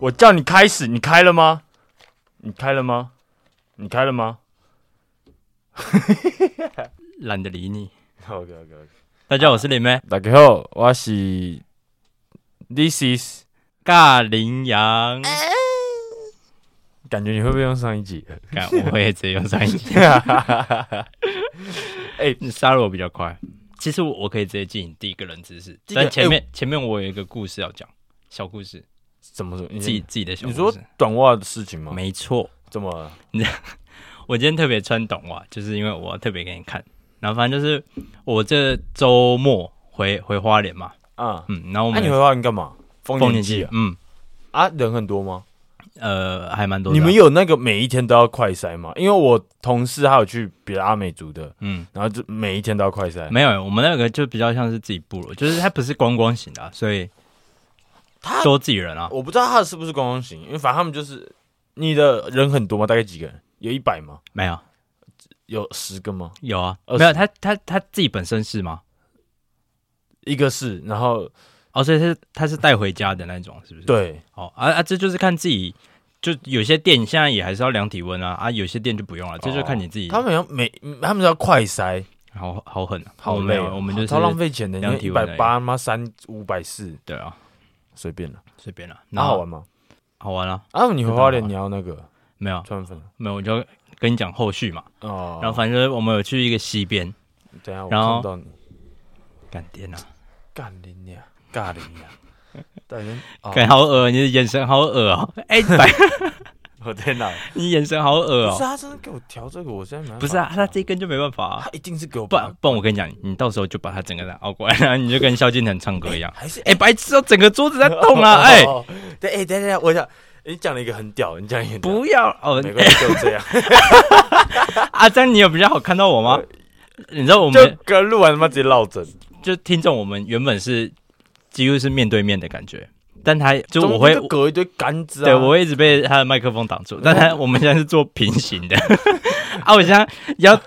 我叫你开始，你开了吗？你开了吗？你开了吗懒得理你。 ？OK OK OK。大家好，我是林妹，大家好，我是 This is，尬羚羊。呃感觉你会不会用上一集？干，我也直接用上一集。哎你杀了我比较快。其实我我可以直接进行第一个冷知识，第一个但前哎面、前面我有一个故事要讲，小故事， 怎么说？你自己自己的小你故事。说短袜的事情吗？没错，怎么了？我今天特别穿短袜，就是因为我要特别给你看。然后反正就是我这周末回回花莲嘛，啊？嗯，然后我那、们你回花园干嘛？丰丰年年祭祭啊，？嗯，啊，人很多吗？呃，还蛮多的。你们有那个每一天都要快筛吗？因为我同事他有去别的阿美族的，嗯，然后就每一天都要快筛。没有，我们那个就比较像是自己部落，就是它不是观光型的啊、所以他都自己人啊。我不知道他是不是观光型，因为反正他们就是你的人很多吗？大概几个人？有一百吗？没有，有十个吗？有啊，二十没有他他他自己本身是吗？一个是，然后哦，所以是他是带回家的那种，是不是？，对，哦啊啊，这就是看自己，就有些店现在也还是要量体温啊，啊，有些店就不用了，这就看你自己。他们要每他们要快筛，好好狠啊，好我累没哦，有，我们就是超浪费钱的，量一体百温而已八妈三五百四，对啊，随便了，随便了，那好玩吗？好玩啊，啊，你回花莲真你要那个没有川粉没有，我就跟你讲后续嘛。哦，然后反正我们有去一个西边，等一下我然后看到你。干天啊，干你娘，尬你娘！ 等人，哦干好恶，你的眼神好 恶哦，哎，白我天哪！你眼神好恶不是啊哦，他真的给我调这个，我现在没办法不是啊，调他这一根就没办法啊他。一定是给我不然拔不然我跟你讲，你到时候就把他整个人熬过来，然后你就跟萧敬腾唱歌一 样。还是哎、白痴哦、整个桌子在动啊！哎、哦对，哎，等一下等一下，我想你讲了一个很屌，你讲一个很屌，不要哦！没关系，就这样，阿张，这样你有比较好看到我吗？呃你知道我就们刚录完他妈直接落枕，就听众，我们原本是几乎是面对面的感觉，但他就中间我会就隔一堆杆子啊，对我会一直被他的麦克风 挡住，但他我们现在是做平行的 啊，我现在要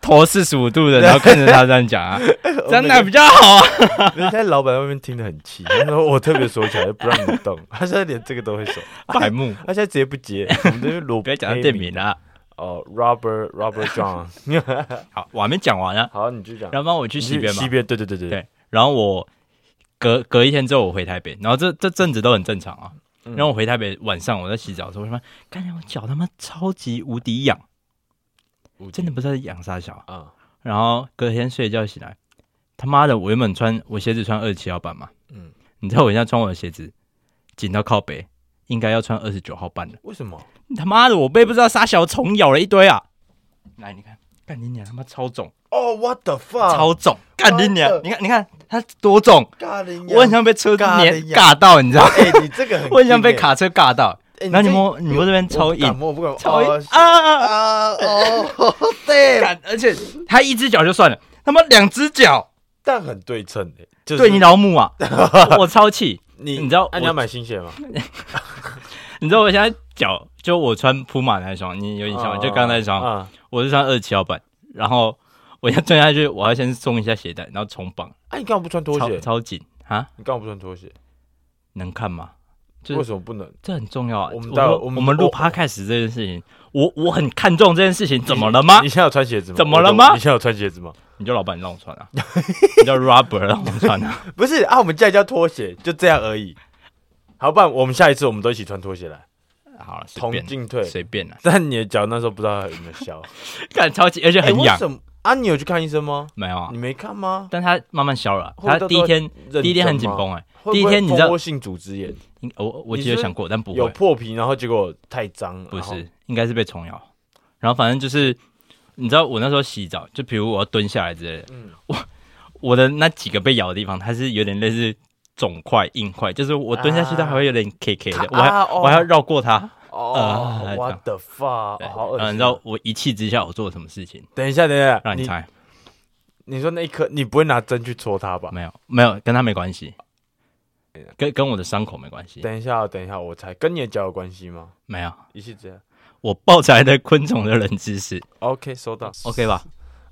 头四十五度的，然后看着他这样 讲啊，这样那比较好啊。人家老板在外面听得很气，他说我特别锁起来，不让你动，他现在连这个都会锁，白目，他现在直接不接，我们这边裸不要讲他店名啦。哦，Robert Robert John，好，我还没讲完啊。好，你继续讲，然后帮我去你西边嘛西，边，对对对对对然后我隔隔一天之后我回台北，然后这这阵子都很正常啊。嗯然后我回台北晚上我在洗澡的时候，我他妈感觉我脚他妈超级无敌痒，真的不知道在痒啥小。啊，然后隔天睡觉醒来，他妈的，我原本穿我鞋子穿二七号半嘛，嗯，你知道我现在穿我的鞋子紧到靠背，应该要穿二十九号半的。为什么？他妈的，我被不知道啥小虫咬了一堆啊！来，你看，干你娘，他妈超肿，哦，What the fuck！超肿，干你娘妈的！你看，你看它多肿，尬铃我很想被车子尬碾的呀尬到，你知道吗？哎，你这个很，我很想被，卡车尬到。哎然后你这摸你摸这边我超不敢硬，摸我不敢摸超哦硬啊！啊哦，对，干，而且他一只脚就算了，他妈两只脚，但很对称的，就是对你老母 啊！我我超气，你你知道啊我你要买新鞋吗？你知道我现在脚就我穿普马那一双，你有印象吗？啊就刚刚那一双，啊，我是穿二七号版，然后我要蹲下去，我要先松一下鞋带，然后重绑，哎，你干嘛不穿拖超鞋？超紧啊！你干嘛不穿拖鞋？能看吗？就是为什么不能？这很重要啊！我们我待会说我我们们录我 podcast 这件事情，我我很看重这件事情，怎么了吗你？现在有穿鞋子吗？怎么了吗你现在有穿鞋子吗？你叫老板让我穿啊， 你叫 Robert 让我穿啊。 不是啊，我们现在叫拖鞋，就这样而已。好，不然我们下一次我们都一起穿拖鞋来，好了，随同便进退。随便啦，但你的脚那时候不知道有没有消，看超级，而且哎 很为痒，什么啊，你有去看医生吗？没有啊你。没看吗？但它慢慢消了啊，会不会它到第一天认第一天很紧真吗绷哎，会不会第一天你知道蜂窝性组织炎应我我你记得是想过，但不有会，破皮，然后结果太脏，不然后是，应该是被虫咬。然后反正就是，你知道我那时候洗澡，就比如我要蹲下来之类的，嗯我的那几个被咬的地方，它是有点类似肿块、硬块，就是我蹲下去，啊它还会有点 K K 的，我啊还哦我还要绕过它。哦呃，我的发，对哦好恶然后心。你知道我一气之下我做了什么事情？等一下，等一下，让你你猜，你说那一颗，你不会拿针去戳它吧？没有没有，跟它没关系哎呀，跟跟我的伤口没关系，等一下，等一下，我猜跟你的脚有关系吗？没有。一气之下我抱起来的昆虫的冷知 识 OK，收到。 ，OK 吧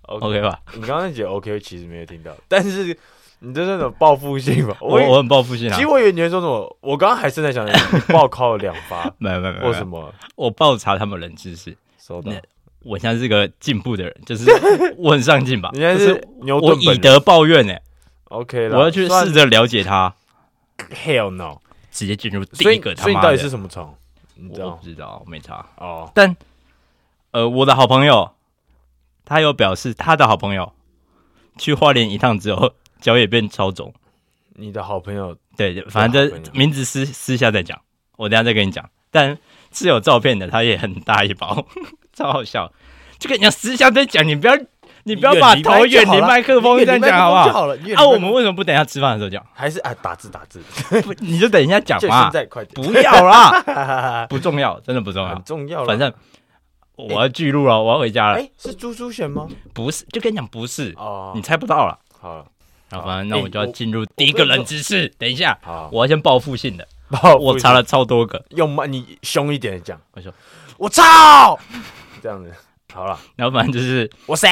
OK， ？OK 吧？你刚刚那节 OK 其实没有听到，但是你这是那种报复性吧？我以我很报复性啊其实，我以为你会说什么，我刚刚还正在想 你爆靠了两发没有没有没有或没什有， 么，我爆查他们冷知识，收到那。我现在是个进 步的人，就是我很上进吧，你现在就是牛顿我本以人德报怨哎、 OK 了，我要去算试着了解他， Hell no！直接进入第所以一个他所以你妈到的底是，什么虫？你知我道不知道，我没查。哦？但呃，我的好朋友他有表示，他的好朋友去花莲一趟之后，脚也变超肿。你的好朋友对，反正好朋友名字私私下再讲，我等一下再跟你讲。但是有照片的，他也很大一包， 超好笑。就跟你讲，私下再讲，你不要你不要把头远离麦克风这样讲好不好好？好了，远离啊，我麦们克风为什么不等一下吃饭的时 候讲？还是啊打字打字，不你就等一下讲 就嘛现，在快点，不要 啦，不重要，真的不重很要。重要啦。反正我要记录了，我要回家了。哎，是猪猪选吗？不是，就跟你讲不是，哦你，猜不到了。好了，然后好反正那哎我就要我进入第一个冷知识。等一下，好，我要先报复性的， 我我查，了超多个。用慢，你凶一点讲， 我说，我操，这样子，好了，然后反正就是我谁？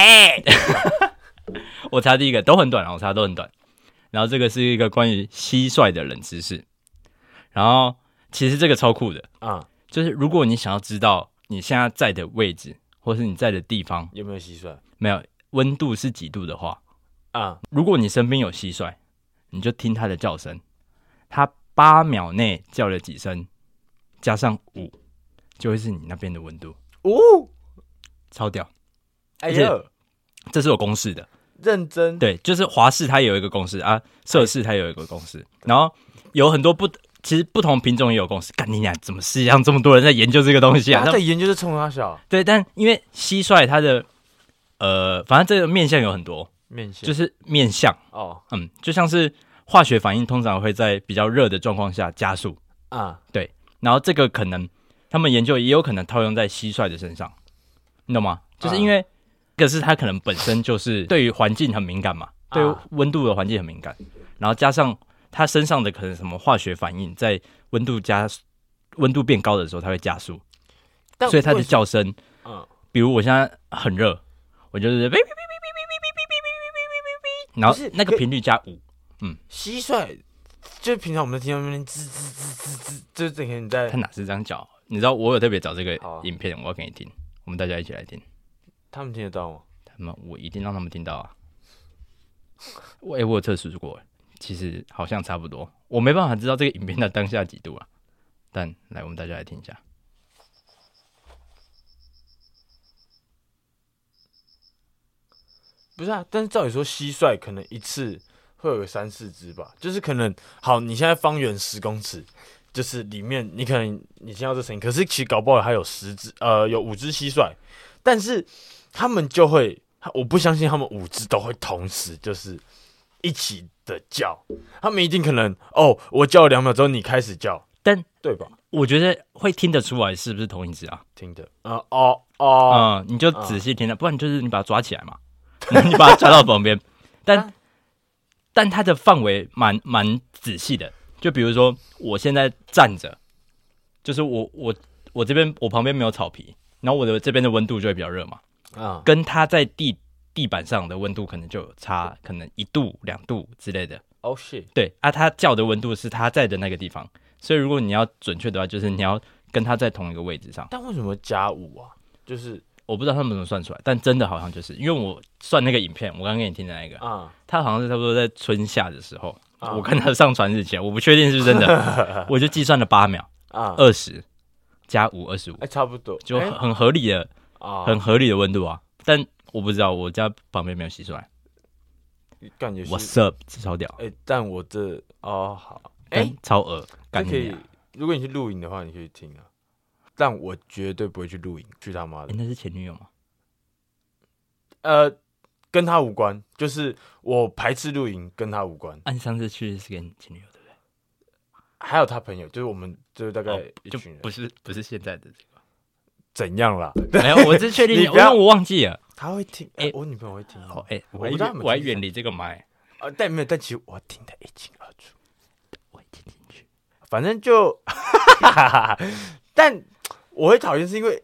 我查第一个都很短啊，我查都很短。然后这个是一个关于蟋蟀的冷知识。然后其实这个超酷的，啊，就是如果你想要知道你现在在的位置或是你在的地方有没有蟋蟀？没有温度是几度的话，啊，如果你身边有蟋蟀，你就听它的叫声，它八秒内叫了几声，加上五，就会是你那边的温度，哦，超屌！哎而且呦，这是有公式的，认真，对，就是华氏它有一个公式啊，摄氏它有一个公式，然后有很多不，其实不同品种也有公式。干你俩怎么世界上这么多人在研究这个东西啊？他那在研究是冲他小对，但因为蟋蟀它的呃，反正这个面相有很多，面线，就是面相，哦嗯，就像是化学反应通常会在比较热的状况下加速，啊，然后这个可能他们研究也有可能套用在蟋蟀的身上，你懂吗？就是因为可是它可能本身就是对于环境很敏感嘛，啊对于温度的环境很敏感，然后加上它身上的可能什么化学反应，在温度加温度变高的时候，它会加速，但所以它的为什叫声，嗯比如我现在很热，我就是哔哔哔哔哔哔哔哔哔哔哔哔哔，然后那个频率加五，蟋蟀，就是平常我们在听到那边吱吱吱吱吱，就是整天你在它哪是这样叫？你知道我有特别找这个好啊影片，我要给你听，我们大家一起来听。他们听得到吗？他们我一定让他们听到啊！ 我、欸、我有测试过，其实好像差不多，我没办法知道这个影片的当下几度啊。但来，我们大家来听一下。不是啊，但是照理说蟋蟀可能一次会有个三四只吧，就是可能好，你现在方圆十公尺，就是里面你可能你听到这声音，可是其实搞不好还有十只，呃，有五只蟋蟀，但是他们就会，我不相信他们五只都会同时就是一起的叫，他们一定可能哦，我叫了两秒之后你开始叫，但对吧？我觉得会听得出来是不是同一只啊？听的，啊哦哦，嗯，你就仔细听了，不然就是你把它抓起来嘛， 然后你把它抓到旁边，但啊但它的范围蛮蛮仔细的，就比如说我现在站着，就是我我我这边我旁边没有草皮，然后我的这边的温度就会比较热嘛，啊跟它在地地板上的温度可能就有差，可能一度两度之类的。哦 shit，对啊，它叫的温度是它在的那个地方，所以如果你要准确的话，就是你要跟它在同一个位置上。但为什么加五啊？就是我不知道他们怎么算出来，但真的好像就是因为我算那个影片，我刚刚给你听的那个，啊它好像是差不多在春夏的时候，啊我看它上传日期，我不确定是不是 真的，我就计算了八秒，啊，哎、二十加五，二十五，差不多，就哎很很合理的，啊，很合理的温度啊。但我不知道我家旁边没有洗出来感觉是， ，What's up？这超屌，哎、但我这哦好，哎、哎，超恶，这干可你啊以娘！，如果你去露营的话，你可以听啊。但我绝对不会去露营，去他妈哎的，那是前女友吗？呃，跟他无关，就是我排斥露营，跟他无关。按啊上次去是跟前女友对还有他朋友，就是我们就是大不概对？一哦就群人，不是不是现在的这怎样啦？个，没有，我是确定，你因不要为我忘记了。他会听，哎、哎我女朋友会听啊，哦，哎，我我还不知道远他们我还听远离这个麦。呃，但没有，但其实我听得一清二楚。我已经进去。反正 就，但我会讨厌是因为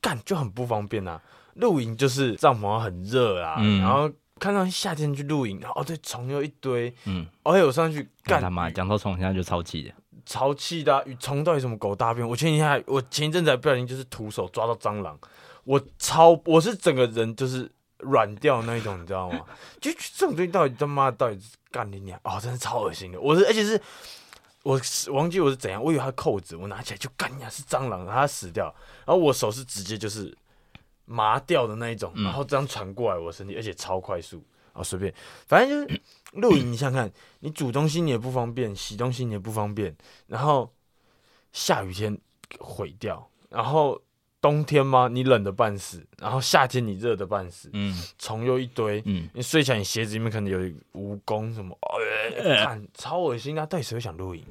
干就很不方便啊。露营就是帐篷很热啊，嗯然后看到夏天去露营，哦对，虫又一堆，嗯，而且我上去干干他妈，雨讲到虫，现在就超气的。潮气的、啊，与虫到底什么狗大便？我前几天还，我前一阵子还不小心就是徒手抓到蟑螂，我超我是整个人就是软掉那一种，你知道吗？就就这种东西到底他妈到底是干你娘哦，真是超恶心的！我是而且是我是我忘记我是怎样，我以为它扣子，我拿起来就干你娘是蟑螂，它死掉，然后我手是直接就是麻掉的那一种，嗯然后这样传过来我身体，而且超快速啊，随便，反正就是露营，你想想看，你煮东西你也不方便，洗东西你也不方便，然后下雨天毁掉，然后冬天吗？你冷的半死，然后夏天你热的半死，嗯虫又一堆，嗯，你睡起来你鞋子里面可能有蜈蚣什么，呃、看超恶心啊！到底谁会想露营？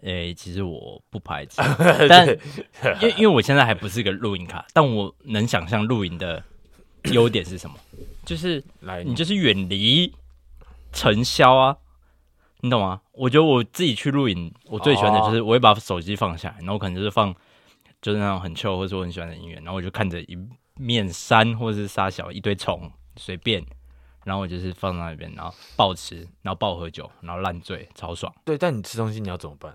诶、哎其实我不 排斥，但对因为因为我现在还不是个露营卡，但我能想象露营的优点是什么，就是来，你就是远离尘嚣啊，你懂吗？我觉得我自己去露营，我最喜欢的哦就是我会把手机放下来，然后可能就是放就是那种很 chill 或者我很喜欢的音乐，然后我就看着一面山或者是沙小一堆虫随便，然后我就是放在那边，然后暴吃，然后暴喝酒，然后烂醉，超爽，对，但你吃东西你要怎么办？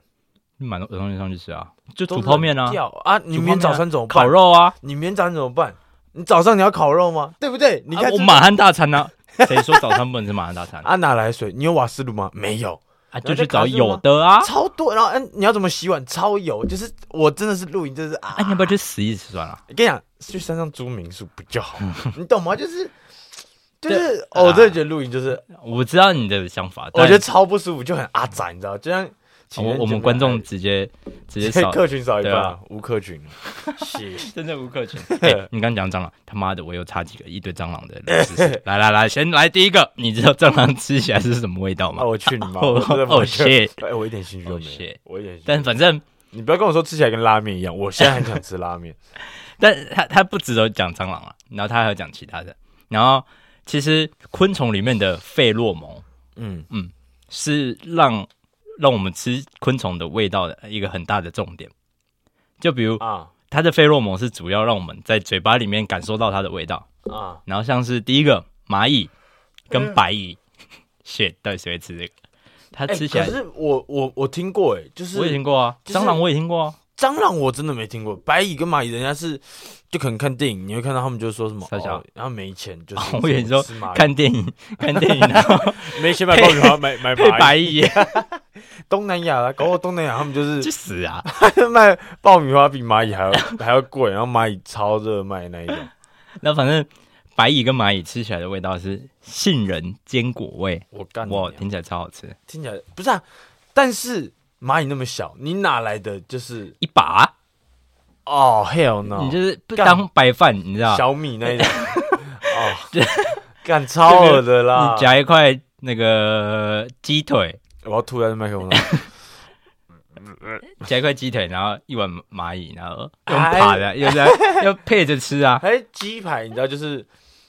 买东东西上去吃啊，就都煮泡面啊冷，掉啊！你明天早餐怎么办？烤？肉啊，你明天早餐怎么办？你早上你要烤肉吗？对不对？你看啊、我这满汉大餐啊，谁说早餐不能吃满汉大餐啊？ 啊哪来水？你有瓦斯炉吗？没有。就去找有的啊。超多，然后嗯，你要怎么洗碗？超油，就是我真的是露营，就是啊，啊，你要不要去死一死算了？跟你讲，去山上租民宿比较好，你懂吗？ 就是就是，哦嗯对啊我真的觉得露营就是，我知道你的想法，我觉但得超不舒服，就很阿宅，你知道？就像情人哦我节啊我们观众 直接直接少，客群少一半对啊啊，无客群，是真的无客群。 哎你刚讲蟑螂，他妈的，我又插几个一堆蟑螂的冷知识。 来来来，先来第一个，你知道蟑螂吃起来是什么味道吗啊，？我去你妈！哦我真的哦我觉得哎，我一点兴趣都哦没有 shit，我一点兴趣。但反正，你不要跟我说吃起来跟拉面一样，我现在很想吃拉 面。但他他不只有讲蟑螂了，然后他还有讲其他的。然后其实昆虫里面的费洛蒙嗯，是让让我们吃昆虫的味道的一个很大的重点。就比如啊它的费洛蒙是主要让我们在嘴巴里面感受到它的味道，啊，然后像是第一个蚂蚁跟嗯白 蚁，shit，到底谁会吃这个？它哎吃起来、可是我我我听过，哎，就是我也听过啊，就是蟑螂 我也听过啊，蟑螂我真的没听过，白蚁跟蚂蚁，人家是就可能看电影，你会看到他们就说什么，傻小哦，然后没钱就是我跟你说吃蚂蚁看电影看电影然后没钱买爆米花，买买配 蚂蚁。白蚁东南亚啦，搞我东南亚他们就去是死啊！卖爆米花比蚂蚁还要还要贵，然后蚂蚁超热卖那一种。那反正白蚁跟蚂蚁吃起来的味道是杏仁坚果味，我干你娘，哇，听起来超好吃，听起来不是啊，但是蚂蚁那么小，你哪来的就是一把哦 hell no，你就是不干当白饭，你知道？小米那一种哦，干超恶的啊啦你！夹一块那个鸡腿，我要吐在麦克风上。夹一块鸡腿，然后一碗蚂蚁，然后哎用爬的，啊 又在要配着吃啊，还鸡排，你知道就是，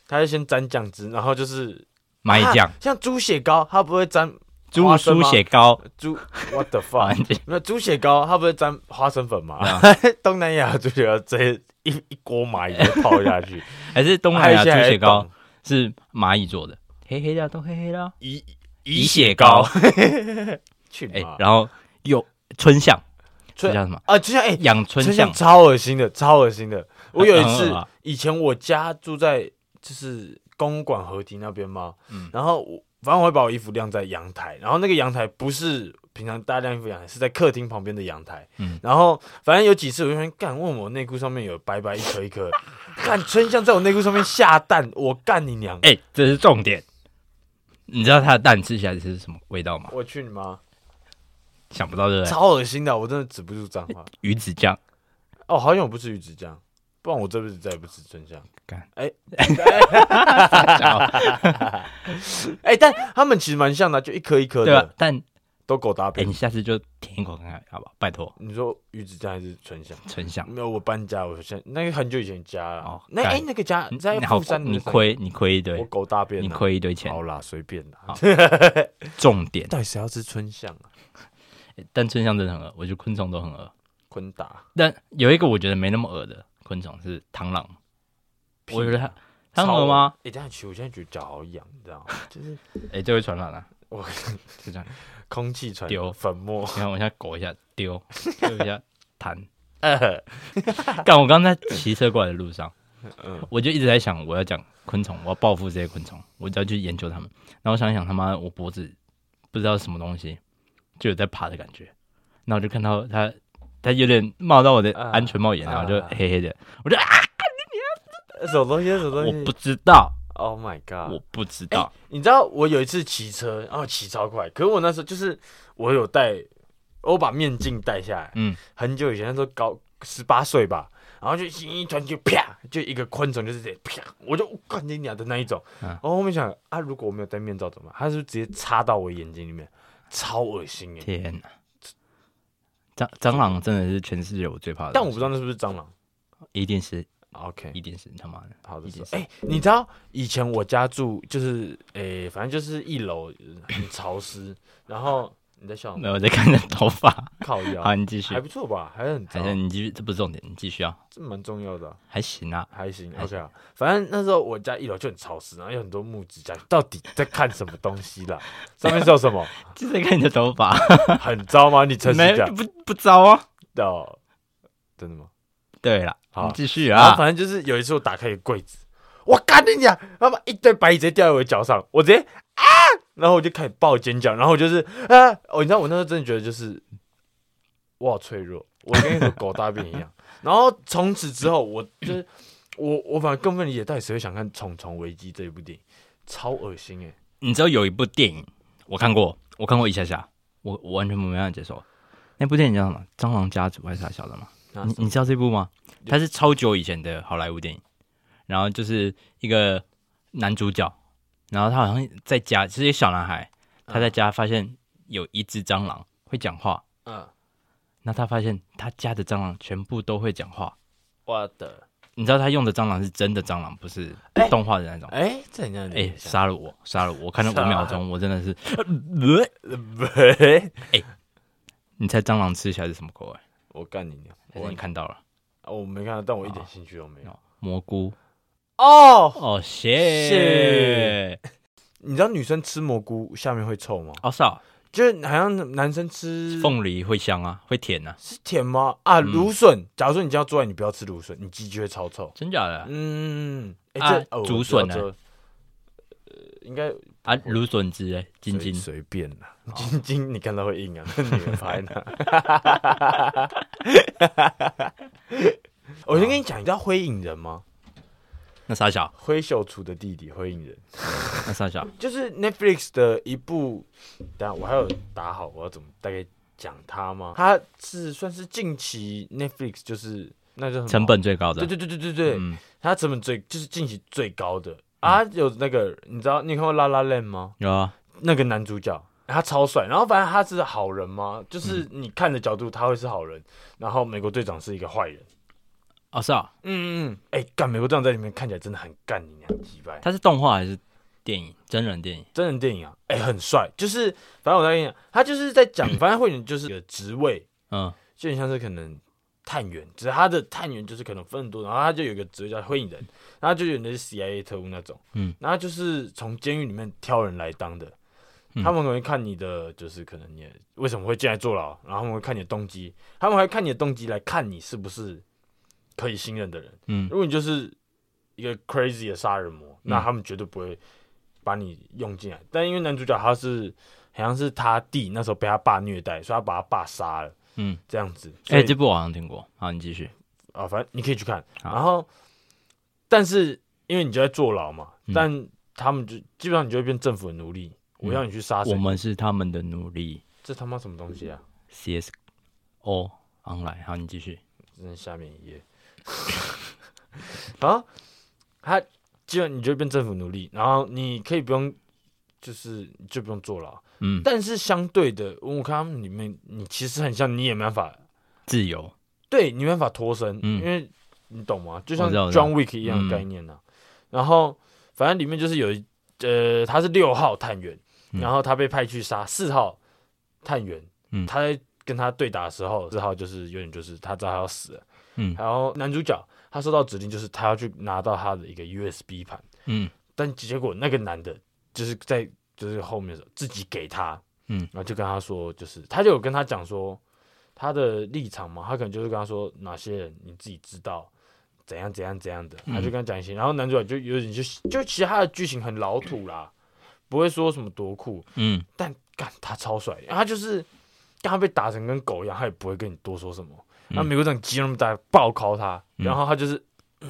它是先沾酱汁，然后就是蚂蚁酱啊、像猪血糕，它不会沾猪花生猪吗血糕，猪，what the 啊 fuck？没有猪血糕，它不会沾花生粉嘛？ 东南亚猪血糕直接一一锅蚂蚁就泡下去，还是 东还南有亚一些还猪会血糕懂是蚂蚁做的，黑黑的啊都黑黑的啊，乙乙血糕，啊去哎你妈，！然后有春象，这春叫什么？啊，就像哎，养春真象像，超恶心的，超恶心的。我有一很次恶啊，以前我家住在就是公馆河堤那边嘛，嗯然后我反正我会把我衣服晾在阳台，然后那个阳台不是平常大家晾衣服的阳台，是在客厅旁边的阳台。嗯然后反正有几次我就想干，问我内裤上面有白白一颗一颗，干春香在我内裤上面下蛋，我干你娘！哎，这是重点。你知道它的蛋吃起来是什么味道吗？我去你妈，想不到对不对？超恶心的，我真的止不住脏话。鱼子 酱，哦，好像我不吃鱼子酱，不然我这辈子再也不吃春香。干 哎，哎，但他们其实蛮像的，啊就一颗一颗对吧的，？但都狗搭哎，配你。下次就舔一口看看，好不好？拜托，你说鱼子酱还是春香？春象。没有，我搬家，我现在那个很久以前家了。哦那干哎，那个家你在你好富山，你，亏你亏一我堆，狗大便啊，你亏一堆钱好。啦，随便啦好。重 点，到底谁要吃春香啊？但春香真的很恶，我觉得昆虫都很恶。昆达，但有一个我觉得没那么恶的昆虫是螳螂，屁我觉得它汤鹅吗？哎、等一下去，我现在觉得脚好痒，你知 道吗？就是哎、这会传染啊！我 就这样，空气传丢粉末， 你看我现在裹一下丢，丢一下弹。呃，干，我刚刚在骑车过来的路上，嗯我就一直在想，我要讲昆虫，我要报复这些昆虫，我就要去研究它们。然后我想一想，他妈我脖子不知道是什么东西，就有在爬的感觉。然后我就看到它，它有点冒到我的啊安全帽檐，然后就啊黑黑的。我就啊，什么东西？什么东我西？不知道， ，Oh my god！我不知哎、道。你知道我有一次骑车，然后骑超快，可是我那时候就是我有戴，我把面镜戴下来，嗯，很久以前那时候高十八岁吧，然后就一突然就啪，就一个昆虫就是这样啪，我就哦干你娘的那一种，嗯然后后面想啊，如果我没有戴面罩怎么办？它是不是直接插到我眼睛里面，超恶心哎、天哪！蟑蟑螂真的是全世界我最怕的，但我不知道，那是不是蟑螂啊一定是， ，OK，啊一定是他妈的，好的一定，是哎、你知道以前我家住就是，诶、反正就是一楼呃很潮湿，然后你在 笑没吗？有我在看你的头发。靠腰，好，你继续哦还，不错吧，还是很糟还，是你继续，这不是重点，你继续啊，这蛮重要的啊、还行啊。还行还，OK 啊。反正那时候我家一楼就很潮湿，然后有很多木质家具，到底在看什么东西啦？上面是有什 么？就在看你的头发， 很糟吗？你诚没实讲不不糟啊。哦，真的吗？对了，好你继续然后啊。反正就是有一次我打开一个柜子，我干你娘！他妈一堆白蚁直接掉在我的脚上，我直接啊，然后我就开始爆尖叫，然后我就是啊，哦，你知道我那时候真的觉得就是我好脆弱，我跟一个狗大便一样。 然后从此之后，我就是我我反而更不能理解到底谁会想看《虫虫危机》这一部电影，超恶心哎、你知道有一部电影我看过，我看过一下下，我我完全没办法接受。那部电影叫什么？《蟑螂家族》还是啥小的吗？那你你知道这部吗？它是超久以前的好莱坞电影，然后就是一个男主角，然后他好像在家，是一个小男孩，他在家发现有一只蟑螂会讲话，嗯，那他发现他家的蟑螂全部都会讲话。我的你知道他用的蟑螂是真的蟑螂，不是哎动画的那种。哎、这很像哎， 杀、了我，杀了我！我看了五秒钟，我真的是，欸、你猜蟑螂吃起来是什么口味？我干你娘！还是我你看到了啊我没看到，但我一点兴趣都没有。蘑菇？哦，哦，是谢。你知道女生吃蘑菇下面会臭吗？哦，是啊，就是好像男生吃凤梨会香啊，会甜啊，是甜吗？啊，芦笋。假如说你今天要做爱，你不要吃芦笋，你鸡就会超臭。真假的嗯，哎、啊这、哦竹笋呢我知道这呃，应该啊？芦笋汁哎，晶随晶，随便啦。哦晶晶，你看到会硬啊？ 那女人拍 呢？我先跟你讲，你知道灰影人吗？那傻小，灰秀楚的弟弟灰影人，那傻小，就是 Netflix 的一部，等下我还有打好，我要怎么大概讲它吗？它是算是近期 Netflix 就是那叫什么成，本最高的对，对对对对对，嗯，它成本最就是近期最高的啊。有那个你知道你有看过《La La Land》吗？有啊，那个男主角他超帅，然后反正他是好人吗？就是你看的角度他会是好人，然后美国队长是一个坏人。哦是啊，嗯嗯嗯，哎、干美国队长在里面看起来真的很干你娘鸡掰。它是动画还是电影？真人电影？真人电影啊，哎、很帅。就是反正我在跟你讲，他就是在 讲，反正会员就是有职位，嗯，就很像是可能探员，只是他的探员就是可能分很多，然后他就有一个职位叫会影人，然后就有那些 CIA 特务那种，嗯，然后就是从监狱里面挑人来当的。嗯他们可能会看你的，就是可能你的为什么会进来坐牢，然后他们会看你的动机，他们还会看你的动机来看你是不是可以信任的人。嗯如果你就是一个 crazy 的杀人魔，嗯那他们绝对不会把你用进来。但因为男主角他是好像是他弟那时候被他爸虐待，所以他把他爸杀了嗯，这样子。哎，所这以部我好像听过，好，你继续，啊，反正你可以去看。好然后，但是因为你就在坐牢嘛，嗯但他们就基本上你就会变政府的奴隶。我要你去杀谁我？们是他们的奴隶这他妈什么东西啊！ ，CSO online，好，你继续，真的下面一页。 啊，他基本你就变政府奴隶，然后你可以不用，就是你就不用坐牢。嗯，但是相对的，我看他们里面，你其实很像，你也没办法，自由，对你没办法脱身，嗯因为你懂吗？就像我知道我知道 John Wick 一样嗯的概念呢、啊。然后反正里面就是有一呃，他是六号探员，嗯然后他被派去杀四号探员，嗯他在跟他对打的时候，四号就是有点就是他知道他要死了，嗯然后男主角。他收到指令就是他要去拿到他的一个 USB 盘，嗯但结果那个男的就是在就是后面的时候自己给他，嗯然后就跟他说，就是他就有跟他讲说他的立场嘛，他可能就是跟他说哪些人你自己知道。怎样怎样怎样的，他就跟他讲一些，然后男主角就有点就就其实他的剧情很老土啦，不会说什么多酷，嗯，但干他超帅，他就是干他被打成跟狗一样，他也不会跟你多说什么。嗯那、美国队长肌肉那么大，暴敲他，嗯然后他就是他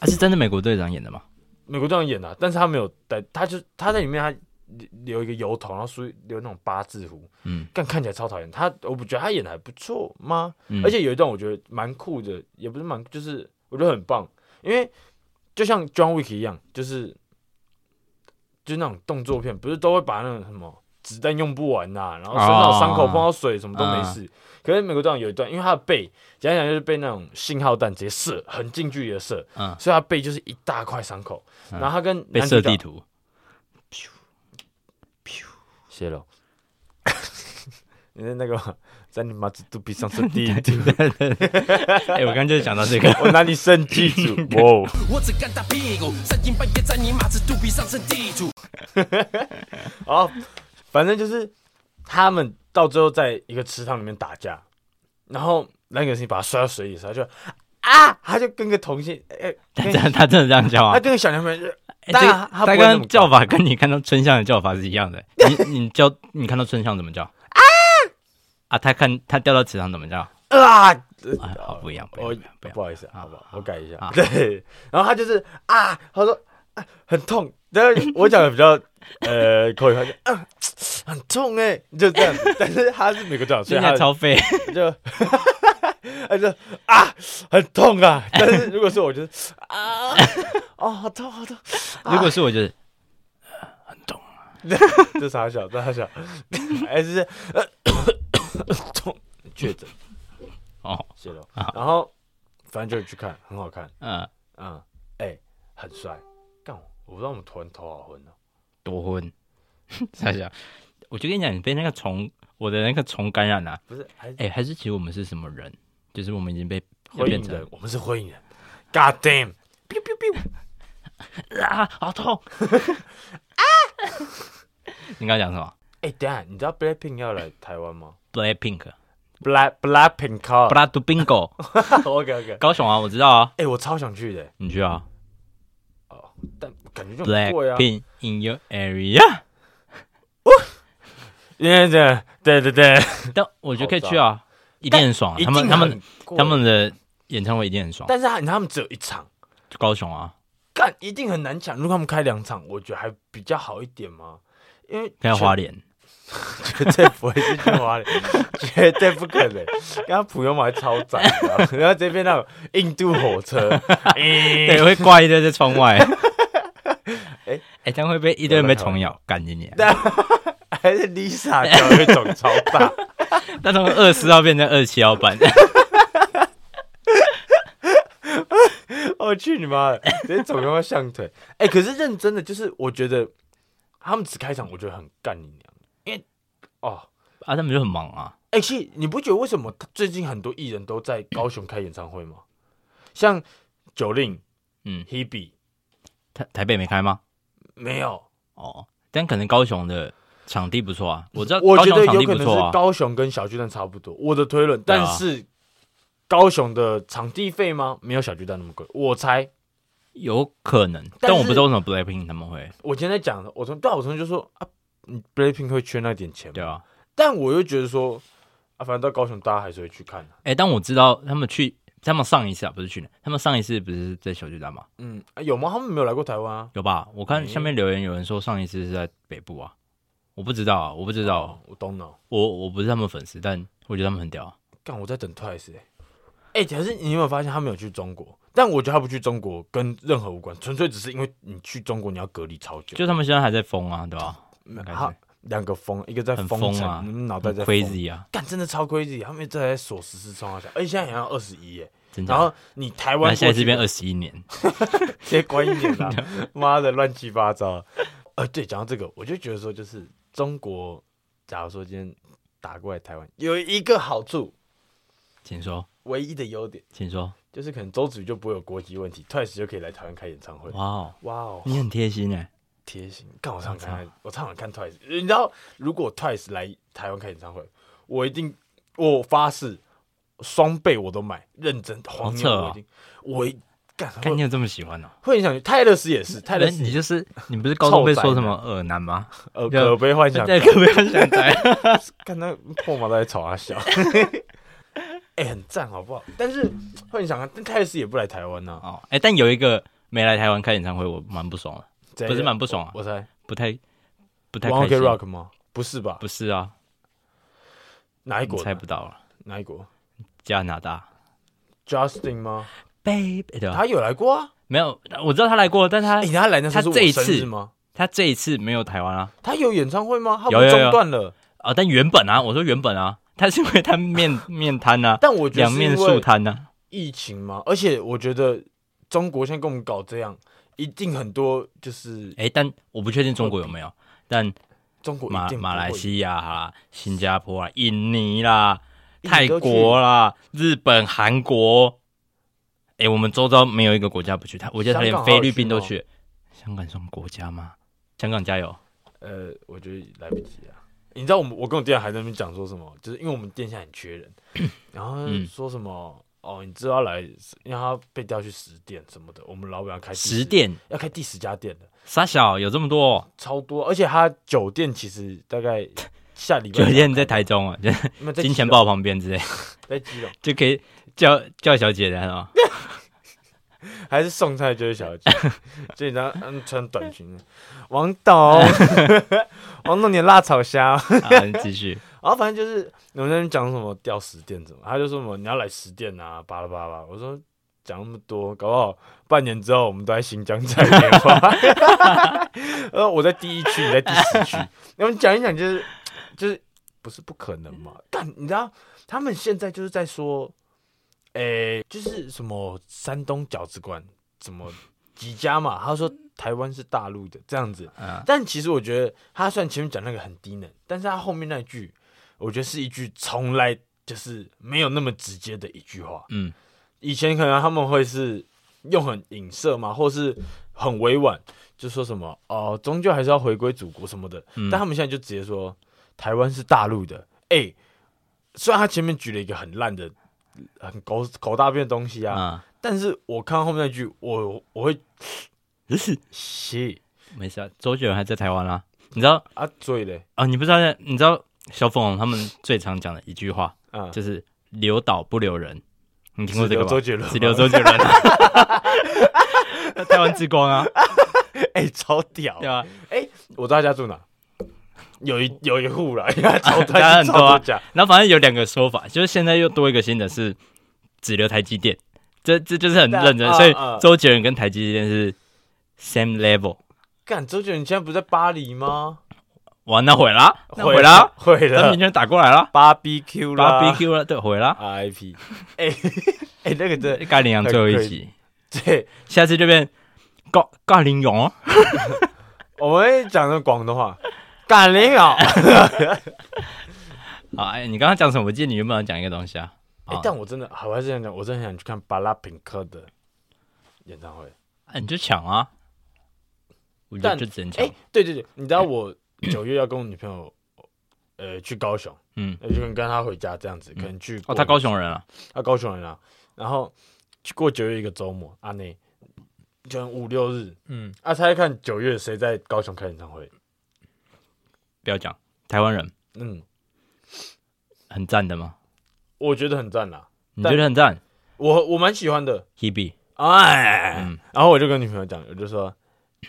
啊是真的美国队长演的吗？美国队长演的、但是他没有带，他就他在里面他留一个油头，然后梳留那种八字胡，嗯但看起来超讨厌。他我不觉得他演的还不错吗？嗯，而且有一段我觉得蛮酷的，也不是蛮，就是我觉得很棒，因为就像 John Wick 一样，就是就是那种动作片，不是都会把那种什么子弹用不完呐、然后身上有伤口啊碰到水什么都没事。可是美国队长有一段，因为他的背讲一讲就是被那种信号弹直接射，很近距离的射，嗯所以他背就是一大块伤口。嗯然后他跟被男设主角地 图，谢了。 你是那个吗在你妈子肚皮上射地 图， 哎，我刚刚就想到这个，我拿你生记 住，哇哦！我只干大屁股，三更半夜在你马子肚皮上升地主。哦，反正就是他们到最后在一个池塘里面打架，然后那个人把他摔到水里的时候，他就啊，他就跟个同性， 哎、他跟真他真的这样叫他啊？跟个小娘们，哎当这然他他不会刚那么刚叫叫法跟你看到春香的叫法是一样的。你 你叫你看到春香怎么叫？啊啊！他看他掉到池塘怎么叫？呃啊，啊，好不一样，不我一样，不一样。不好意思，好不好？我改一下啊，对，然后他就是啊，他说、啊、很痛，然后我讲的比较呃口语化，就啊很痛哎、就这样子，但是他是美国长，所以现他在 超废，就，他就啊，很痛啊！但是如果是我，就是啊，哦，好痛，好痛，啊如果是我就是这傻小，这傻小，还是呃痛确诊，哦，谢了。然后反正就去看，很好看，嗯，嗯，哎，很帅。干我，我不知道我们突然头好昏哦。多 昏。想想，我就跟你讲，你被那个虫，我的那个虫感染了、不是，还是哎、还是其实我们是什么人？就是我们已经被灰变影成人，我们是灰影人。God damn！biu biu biu 啊，好 痛啊！ 你刚刚讲什么哎，等一下，你知道 Blackpink 要来台湾吗？Blackpink、 ？Black Blackpink b l a d Bingo， OK OK。高雄啊，我知道啊，哎，我超想去的。你去啊哦，但感觉就很贵啊。 ，Blackpink in your area，因为这，对对对，但我觉得可以去啊，一定很爽、啊。他们一定他们很贵他，们的演唱会一定很爽，但是他他们只有一场，就高雄啊，干一定很难抢。如果他们开两场，我觉得还比较好一点嘛，因为可以花脸。 绝绝对不会是去花莲， 绝对不可能。刚刚普悠玛还超赞的啊，然后这边那种印度火 车，对，对，会挂一堆在窗 外。哎哎哎，这样会被一堆人被虫咬，干你娘！还是 Lisa 脚那种超大， 那从二四号变成二七号半，我哦去你妈的，直接走他妈象腿。哎，可是认真的，就是我觉得他们只开场，我觉得很干你娘，因为哦。啊，他们就很忙啊。哎、其实你不觉得为什么最近很多艺人都在高雄开演唱会吗？像九令，嗯，Hebe 台台北没开吗？没有，哦，但可能高雄的场地不错啊，我知道我高觉雄得场有地可不能错是啊。高雄跟小巨蛋差不多，我的推论。对啊但是高雄的场地费吗？没有小巨蛋那么贵，我猜。有可能，但我不知道为什么 Blackpink 他们会，我今天在讲的，我从对啊我同学就说啊，你 Blackpink 会缺那点钱对吗？啊。但我又觉得说啊，反正到高雄大家还是会去看啊的、哎，但我知道他们去，他们上一次啊，不是去年，他们上一次不是在小巨蛋吗？嗯、啊有吗？他们没有来过台湾啊？有吧？我看没下面留言有人说上一次是在北部啊，我不知道啊，我不知道，，我懂了。我我不是他们粉丝，但我觉得他们很屌啊。干，我在等 Twice 哎、欸，哎、可是你有没有发现他没有去中国？但我觉得他不去中国跟任何无关，纯粹只是因为你去中国你要隔离超久，就他们现在还在疯啊，对吧、嗯感觉好两个疯，一个在很封疯城啊你们脑袋很在疯 crazy 啊，干真的超 crazy，他们这还在锁十四冲啊下，而且现在好像二十一耶，真的。啊然后你台湾那现在这边过二去十一年，直接关一年啦、 妈的乱七八糟。呃，对，讲到这个，我就觉得说，就是中国，假如说今天打过来台湾，有一个好处，请说，唯一的优点请说。就是可能周子瑜就不会有国籍问题，Twice 就可以来台湾开演唱会。哇哦，哇哦，你很贴心哎、贴心！看我常常看，我常常看 Twice。你知道，如果 Twice 来台湾开演唱会，我一定，我发誓，双倍我都买，认真黄牛扯哦我一定，我一干看你会有这么喜欢哦、会影响你。泰勒斯也是， 泰勒哎斯你就是你不是高中被说什么臭耳男吗？呃就可悲幻 想，对，可 不要想在。看他破毛在吵他啊笑。 哎、很赞，好不好？但是会影响啊，但泰勒斯也不来台湾啊呐、哦，哎、但有一个没来台湾开演唱会，我蛮不爽的，啊，不是蛮不爽啊我我猜不太不太，One 开 Ok 心。 Rock 吗？不是吧？不是啊，哪一你国猜的？不到了，哪一国加拿大。 ？Justin 吗？ Baby，对吧？他有来过啊？没有，我知道他来过，但他哎、他来那时候是他这一我生日次吗？他这一次没有台湾啊。他有演唱会吗？他有不是有有中断了。啊，但原本啊，我说原本啊，他是因为他面面瘫啊，但 我觉得两是面因树为瘫啊。疫情嘛，而且我觉得中国现在跟我们搞这样，一定很多就是哎、但我不确定中国有没有，但中国一马定马来亚西亚啦、新加坡啊、印尼啦、印泰尼都去国啦、日本、韩国。哎、我们周遭没有一个国家不去，他我觉得他香连港还有菲律宾去哦都吗去。香港算国家吗？香港加油！呃，我觉得来不及啊。你知道我们我跟我店长还在那边讲说什么，就是因为我们店现在很缺 人，然后嗯说什么、哦，你知道他来，因为他被调去十店什么的，我们老板要开第十十店要开第十家店的，傻小有这么多、哦，超多，而且他酒店其实大概 下礼拜酒店在台中啊，就没有在 金基钱隆豹旁边之类，在基隆。 就可以叫叫小姐的 啊。还是送菜就是小 姐，所以呢，嗯，穿短裙。王董， 王董，你的辣炒虾。哦啊，你继续。然后反正就是我们在那边讲什么掉十店怎么，他就说什么你要来十店啊，巴拉巴拉巴拉。我说讲那么多，搞不好半年之后我们都在新疆采莲花。 呃，我在第一区，你在第十区，然后讲一讲就是就是不是不可能嘛？但你知道他们现在就是在说，诶、就是什么山东饺子馆怎么几家嘛？他说台湾是大陆的这样子，嗯但其实我觉得他虽然前面讲那个很低能，但是他后面那句，我觉得是一句从来就是没有那么直接的一句话。嗯，以前可能他们会是用很影射嘛，或是很委婉，就说什么哦、终究还是要回归祖国什么的。嗯但他们现在就直接说台湾是大陆的。哎、虽然他前面举了一个很烂的、很狗狗大便的东西啊，啊，但是我看到后面那句，我我会是谢啊没事啊。周杰伦还在台湾啊，你知道啊，醉嘞啊？你不知道？你知道小粉红他们最常讲的一句话啊，就是“留岛不留人”，你听过只这个留吧？周杰伦吗，只留周杰伦，啊 台湾之光啊，哎、超屌！对啊吧？我知道他家住哪，有一有一户啦， 因为他超家很超哦多啊家，然后反正有两个说法，就是现在又多一个新的是只留台积电，这这就是很认真，但所以啊啊周杰伦跟台积电是 same level。干周杰伦现在不是在巴黎吗？哇，那毁啦，那毁啦了，，毁他了明，天打过来啦 BBQ 啦 b 了，对，啊毁啦， RIP，哎 哎，那个真的尬羚羊最后一集，对，下次就变尬尬羚羊哦。我们会讲的广东 话，哎干领哦导。好，哎，你刚刚讲什么？我记得你原本要讲一个东西啊。哎、啊但我真的，好我还是想讲，我真的很想去看巴拉品克的演唱会。啊你就抢啊！我觉得但就只能哎、抢。哦对对对，你知道我九月要跟我女朋友，呃，去高雄，呃嗯，那就跟跟她回家这样子，可能去哦，过他高雄人啊。他高雄人啊，然后去过九月一个周末，阿、啊、内就五六日，嗯，啊，猜猜看九月谁在高雄开演唱会？不要讲，台湾人嗯，很赞的吗？我觉得很赞啦，你但觉得很赞我我蛮喜欢的， ？Hebe，哎，嗯然后我就跟女朋友讲，我就说，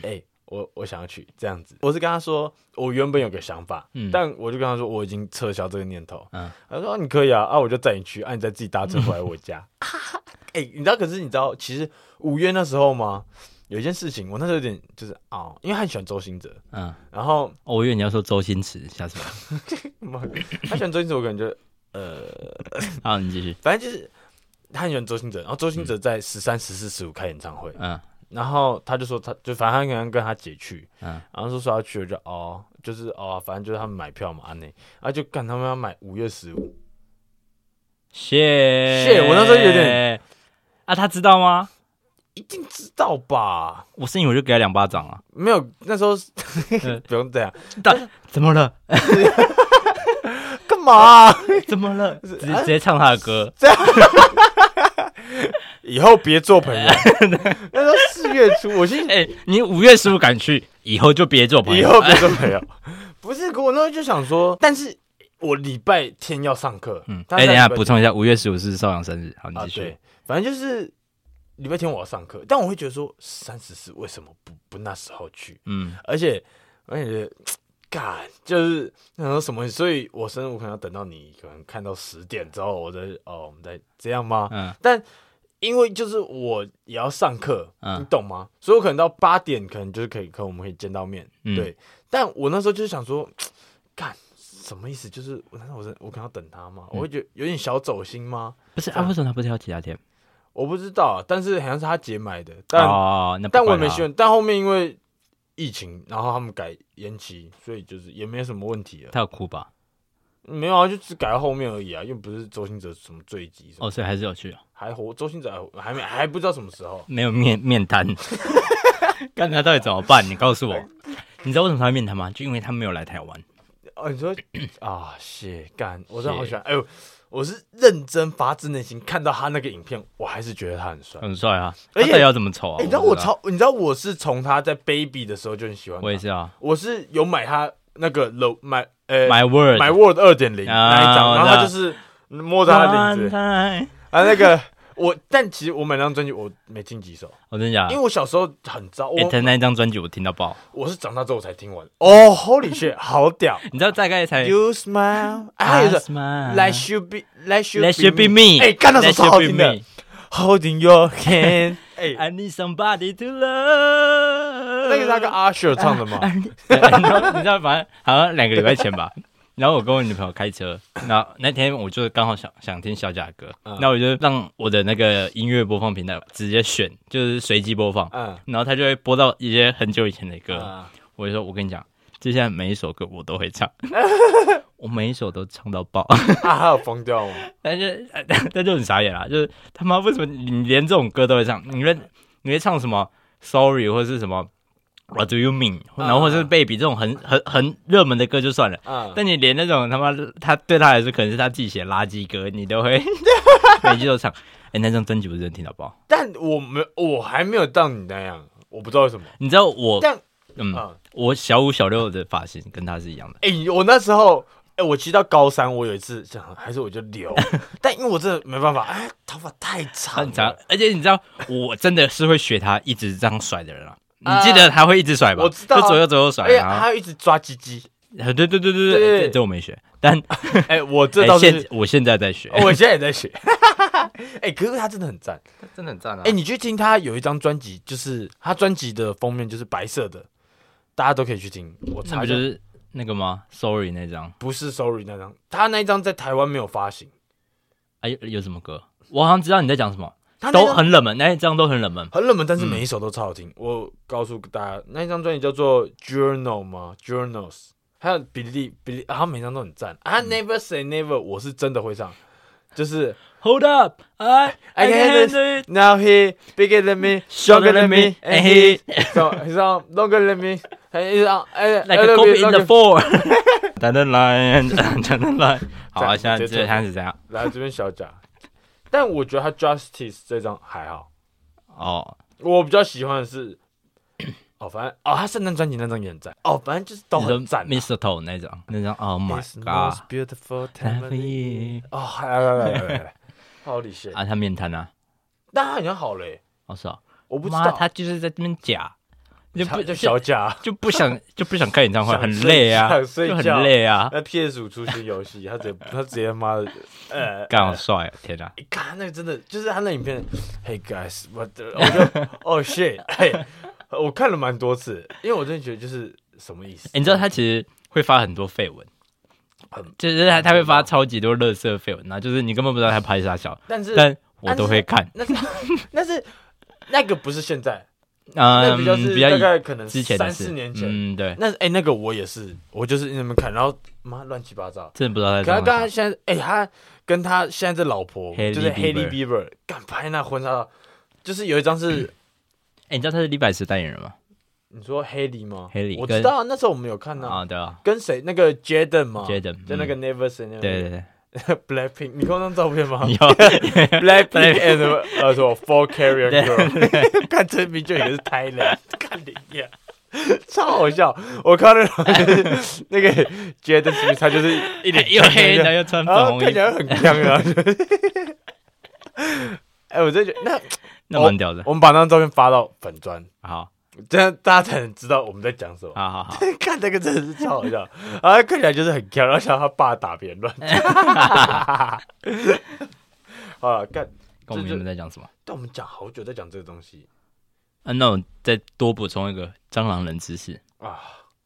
哎、我我想要去这样子，我是跟她说，我原本有个想法，嗯但我就跟她说我已经撤销这个念头，嗯她说、啊你可以啊，啊我就载你去，啊你再自己搭车回来我 家，哎、你知道，可是你知道，其实五月那时候吗？有一件事情，我那时候有点就是哦，因为他很喜欢周星哲，嗯，然 后哦，我以为你要说周星驰，下次吧。妈他喜欢周星哲，我感觉呃，好，你继续。反正就是他很喜欢周星哲，然后周星哲在十三、十四、十五开演唱会，嗯然后他就说他就反正他可能跟他姐去，嗯然后说说要去，我就哦，啊就是哦，反正就是他们买票嘛，安内，啊就干他们要买五月十五，谢谢我那时候有点啊，他知道吗？一定知道吧？我是你，我就给他两巴 掌啊！没有，那时候嗯 不用这样，但怎么了？哎干嘛啊、怎么了？ 直接啊直接唱他的歌，以后别做 朋友。那时候四月初，我心哎、你五月十五敢去，以后就别做 朋以友。后别做朋友。不是，可我那时候就想说，但是我礼拜天要上课，嗯，但哎、是等一礼下拜补充一下，五月十五是邵阳生日，好，你啊，继续对。，反正就是礼拜天我要上课，但我会觉得说三十四为什么不不那时候去？嗯，而且而且干就是那时候什么，所以我生日我可能要等到你可能看到十点之后，我再哦我们再这样吗？嗯但因为就是我也要上课，嗯你懂吗？所以我可能到八点，可能就是可以，可能我们可以见到面。嗯对，但我那时候就是想说，干什么意思？就是我难道我是我可能要等他吗？嗯我会觉得有点小走心吗？不是啊，为什么他不是要其他天？我不知道啊，但是好像是他姐买的，但、哦，那不但我也管没他选，但后面因为疫情，然后他们改延期，所以就是也没什么问题了。他有哭吧？没有啊，就只改到后面而已啊，又不是周星哲什么坠机什么，哦，所以还是有去啊，还活周星哲还活还没还不知道什么时候。没有面 面瘫。看他到底怎么办？你告诉我，你知道为什么他会面瘫吗？就因为他没有来台湾。哦，你说啊，谢干，我真的好喜欢。哎呦，我是认真发自内心看到他那个影片，我还是觉得他很帅。很帅啊！而他且到底要怎么丑啊？哎你知道不我超，你知道我是从他在 Baby 的时候就很喜欢他，我也是啊。我是有买他那个 Low 买呃 My word，买 Word 二点零啊那一张，我然后知道他就是摸着他的领子，子。啊那个我，但其实我买那张专辑我没听几首，我真的假的？因为我小时候很糟，啊哎，他我那一张专辑我听到爆。我是长大之后才听完。哦，Holy shit，好 屌你知道大概才！You smile，哎，还有一啊首 Let Let you be, let you Let you be me。哎，干那首超好听 Let 的 you ，Holding your hand， be 哎， me，I need somebody to love。那个是那个 Usher 唱 的 吗？哎你知道，你知道，反正好像两个礼拜前吧。然后我跟我女朋友开车，然后那天我就刚好想想听小贾的歌，嗯那、我就让我的那个音乐播放平台直接选，就是随机播放，嗯，然后他就会播到一些很久以前的歌。啊我就说，我跟你讲，接下来每一首歌我都 会唱，我每一首都唱到爆。啊，还有疯掉吗？但是呃但 就很傻眼啦，就是他妈为什么你连这种歌都会唱？你会你会唱什么 Sorry 或是什么 What Do You Mean，然后或是 Baby 这种很很很热门的歌就算了，啊，但你连那种他妈他对他来说可能是他自己写的垃圾歌，你都 会每句都唱。哎、那张专辑我真的听到爆。但我没，我还没有到你那样，我不知道为什么。你知道我但嗯，啊，我小五小六的发型跟他是一样的。哎、我那时候，哎、我骑到高三，我有一次想，还是我就 留，但因为我真的没办法，哎，头发太长很了，长，而且你知道，我真的是会学他一直这样甩的人啊！你记得他会一直甩吧？我知道啊就左右左右甩，而且然后还要一直抓鸡鸡。啊，对对对对对对这这我没学，但哎、我 这哎倒是， 哦现我现在在学，我现在也在学。 哎、可是他真的很赞。真的很赞啊哎、你去听他有一张专辑，就是他专辑的封面就是白色的，大家都可以去听。我那查不一就下是那个吗？Sorry 那张，不是 Sorry 那张，他那一张在台湾没有发行，哎、有有什么歌？我好像知道你在讲什么，他那都张很冷门，那一张都很冷门。很冷门，但是每一首都超好嗯听。我告诉大家，那一张专辑叫做《Journal》吗？Journals，还有比利比利，啊，他每张都很赞。嗯啊、Never Say Never，我是真的会唱，就是。 Hold up, I I I can can handle handle it. Now he bigger than me, stronger than me, and he so he's on longer than me, and he's on a Like a little bit copy in longer. the fall. 等等来， 等等来。好啊，这样现在直接这现在是这样。来这边小贾， 但我觉得他 Justice 这张还好，哦，我比较喜欢的是，哦，反正哦，他圣诞专辑那张也很赞，哦，反正就是都你说很赞啊。 Mistletoe 那张，那张 Oh my It's the God most。beautiful time of Have the year. you- 哦，来来来来来来，好李现， 啊，他面瘫啊，但他好像好嘞，好少。我不知妈，道，他就是在这边假，就不他就小贾，就 不想就不想看演唱会，想很累啊，想睡就觉很 累啊，那 PS 五出新游戏，他 直接他直接妈的，呃，干好帅啊！天哪，哎看那个真的就是他那影片，Hey guys，我 的我就哦 shit，嘿，我看了蛮多次，因为我真的觉得就是什么意思欸，你知道他其实会发很多绯闻很，就是他他会发超级多乐色绯闻，然后就是你根本不知道他拍啥小，但是 但我都会看。那是那是那个不是现在，那比较嗯，是比较大以概可能之前的三事四年前。嗯，对，那哎、那个我也是，我就是那么看，然后妈乱七八糟。真的不知道在可他干跟他嘛。现在，哎、他跟他现在的老婆 Hailey 就是 Haley Bieber Bieber，敢拍那婚纱照，就是有一张 是哎，你知道他是李百石代言人吗？你说 Haley 吗 Hailey 我跟知道啊，那时候我们有看到，啊，对啊，跟谁？那个 Jaden 嘛 Jaden，嗯就那个 Never Say Never，对对对， Blackpink，你看过那张照片吗你要？Blackpink and 呃什么 Four Carrier 对 Girl，看这名就以为是 Thailand，看你呀，超好笑！我看到那个 那个 Jaden Smith，他就是 一 脸又黑，的然后，又穿粉然后红啊看衣起服，来很香啊。 哎，我真的觉得那那蛮屌的。我们把那张照片发到粉砖，好，这样大家才能知道我们在讲什么。好好好， 看那个真的是超好笑，啊，看起来就是很强，然后想他爸打别 人乱讲。好了，干，跟我们这原本在讲什么？但我们讲好久在讲这个东西啊，那我再多补充一个蟑螂人知识。啊，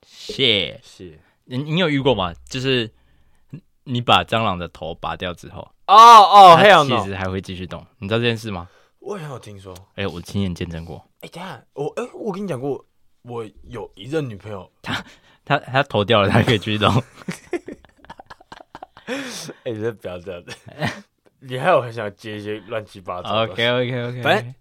谢，是你你有遇过吗？就是你把蟑螂的头拔掉之后，哦哦，黑它羊其呢？实还会继续动。你知道这件事吗？我好像有听说，哎，我亲眼见证过。哎，等一下，我哎，我跟你讲过，我有一任女朋 友，它它头掉了，它还可以继 续动。哎，你不要这样子， 你还有很想接一些乱七八糟的。 OK OK OK，反正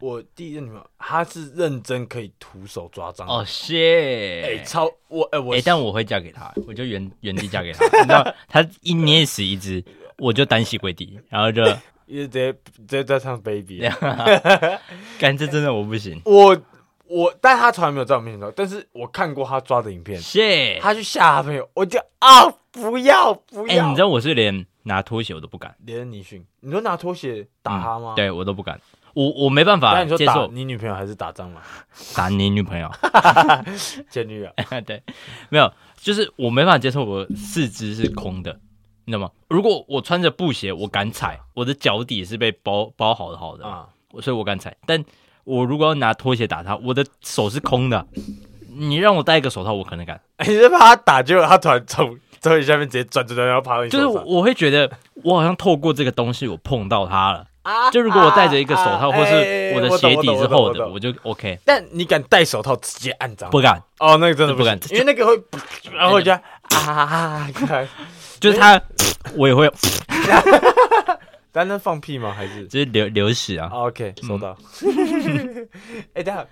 我第一任女朋友，她是认真可以徒手抓蟑螂，哦谢，哎，超我哎我哎、但我会嫁给他，我就原原地嫁给他。你知道， 他一捏死一只，我就单膝跪地，然后就， 因为直接直接在唱 baby，干这真的我不行。我我，但他从来没有在我面前抓，但是我看过他抓的影片，谢，他去吓他朋友，我就啊不要不哎、要，你知道我是连拿拖鞋我都不敢连尼逊，你说拿拖鞋打啊他吗？嗯，对我都不敢，我我没办那法你说啊接打受你女朋友还是打蟑 螂？打你女朋友。 前女友对，没有，就是我没办法接受我四肢是空的，你知道吗？如果我穿着布鞋，我敢踩，我的脚底是被包包好的好的，啊， 我所以我敢踩。但我如果要拿拖鞋打他，我的手是空的。你让我戴一个手套，我可能敢。你是怕他打，结果他突然从从你下面直接转转转，然后爬到你手就是上我我会觉得，我好像透过这个东西，我碰到它了。啊就如果我戴着一个手套，啊或哎是我的懂鞋底懂是懂厚懂的，我就 OK，但你敢戴手套直接按蟑螂？不敢。哦，那个真的不敢行因为那 个会，然后我就啊啊，看就是它，我也会丹丹放屁吗？还 是就是流流血啊。啊 OK，收到。 哎、等一下，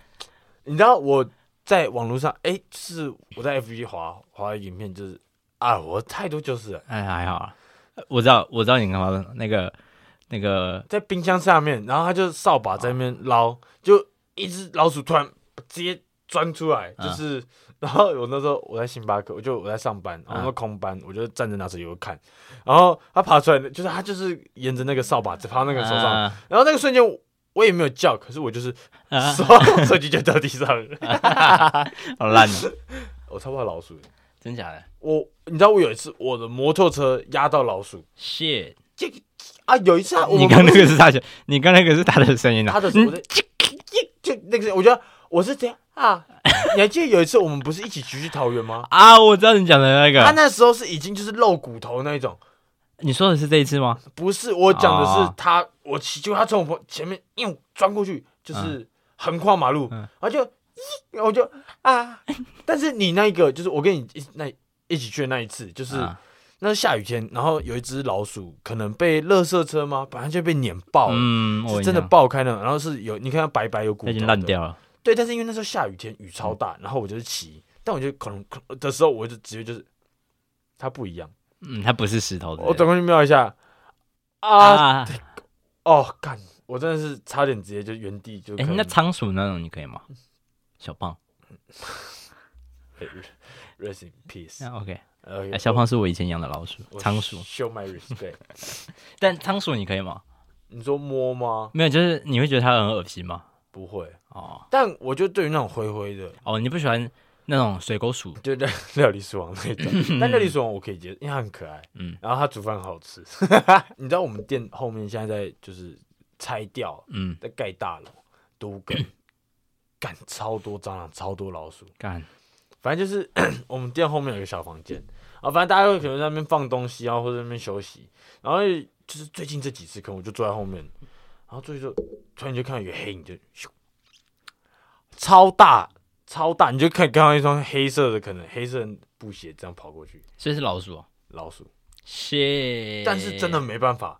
你知道我在网络上，哎、就是我在 FB 滑滑影片，就是啊，我态度就是哎，还好啊。我知道，我知道你干嘛的，那个那个在冰箱下面，然后他就扫把在那啊边捞，就一只老鼠突然直接钻出来，就嗯是， 然后我那时候我在星巴克，我就我在上班，然后嗯那空班，我就站着拿手机我就看，然后他爬出来，就是他就是沿着那个扫把只爬到那那个手上，然后那个瞬间我我也没有叫，可是我就是啊 手手机就掉地上了。 好烂哦， 我超怕老鼠的。真假的我你知道我有一次我的摩托车压到老鼠， ？shit！这个啊有一次啊，我们你刚那个是他的，你刚那个是他的声音啊他。的我的嗯就就那个，我觉得我是这样啊。 你还记得有一次我们不是一起去去桃园吗？啊，我知道你讲的那他个，那时候是已经就是露骨头那一种，你说的是这一次吗？不是我讲的是哦他，我骑就他从我旁前面硬钻过去，就是横跨马路，嗯然后就，然后我就啊， 但是你那一个就是我跟你一那一起去的那一次，就是、啊那是下雨天，然后有一只老鼠可能被垃圾车吗？本来就被碾爆了，嗯，我是真的印象爆开了，然后是有你看它白白有骨它头，已经烂。掉了。对，但是因为那时候下雨天，雨嗯超大，然后我就是骑，但我就可能的时候，我就直接就是它不一样，嗯，它不是石头的。我转过去瞄一下，啊，啊，哦，干，我真的是差点直接就原地就可哎，能。那仓鼠那种你可以吗？小胖 rest in peace，啊，OK，呃哎，小胖是我以前养的老鼠，我仓鼠。 show my respect。 但仓鼠你可以吗？你说摸吗？没有，就是你会觉得它很恶心吗？不会，哦但我就对于那种灰灰的，哦，你不喜欢那种水沟鼠？就料料理鼠王那一 种，但料理鼠王我可以接受，因为它很可爱，嗯然后它煮饭很好吃。 你知道我们店后面现在在就是拆掉，嗯，在盖大楼，都跟干超多蟑螂，超多老鼠，干，反正就是 我们店后面有一个小房间啊，反正大家会可能在那边放东西啊，或者在那边休息，然后就是最近这几次，可能我就坐在后面，然后坐一坐，突然就看到有个黑影就咻，超大超大，你就看刚刚一双黑色的，可能黑色的布鞋这样跑过去，所以是老鼠、哦。老鼠。谢，但是真的没办法，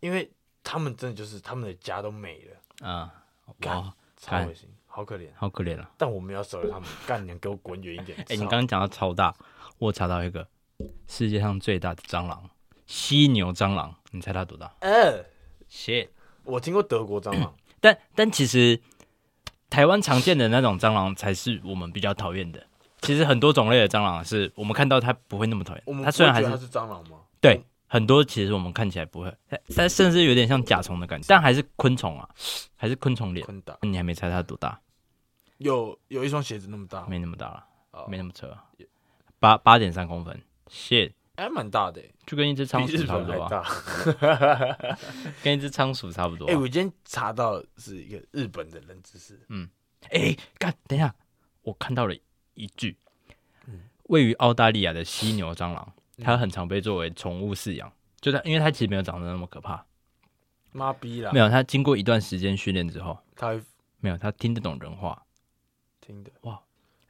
因为他们真的就是他们的家都没了，啊，干哇，超恶心，好可怜。好可怜啊！但我们要收留他们，干娘给我滚远一点！哎、操你刚刚讲到超大，我查到一个世界上最大的蟑螂——犀牛蟑螂，你猜它多大呃， ？shit！我听过德国蟑螂，但但其实台湾常见的那种蟑螂才是我们比较讨厌的。其实很多种类的蟑螂是我们看到它不会那么讨我厌，们它虽然不还会觉是得它是蟑螂吗？对很多，其实我们看起来不会，它它甚至有点像甲虫的感觉，但还是昆虫啊，还是昆虫脸。昆达你还没猜它多大？有有一双鞋子那么大，没那么大了，哦没那么扯啊，八八点三公分，shit！还蛮大的欸，就跟一只仓比日鼠差不本还多啊，大。跟一只仓鼠差不多啊、哎，我今天查到是一个日本的冷知识，哎，干、等一下，我看到了一句，嗯位于澳大利亚的犀牛蟑螂，它很常被作为宠物饲养，就嗯它因为它其实没有长得那么可怕，妈逼啦没，有它经过一段时间训练之后，他会没有它听得懂人话，听的，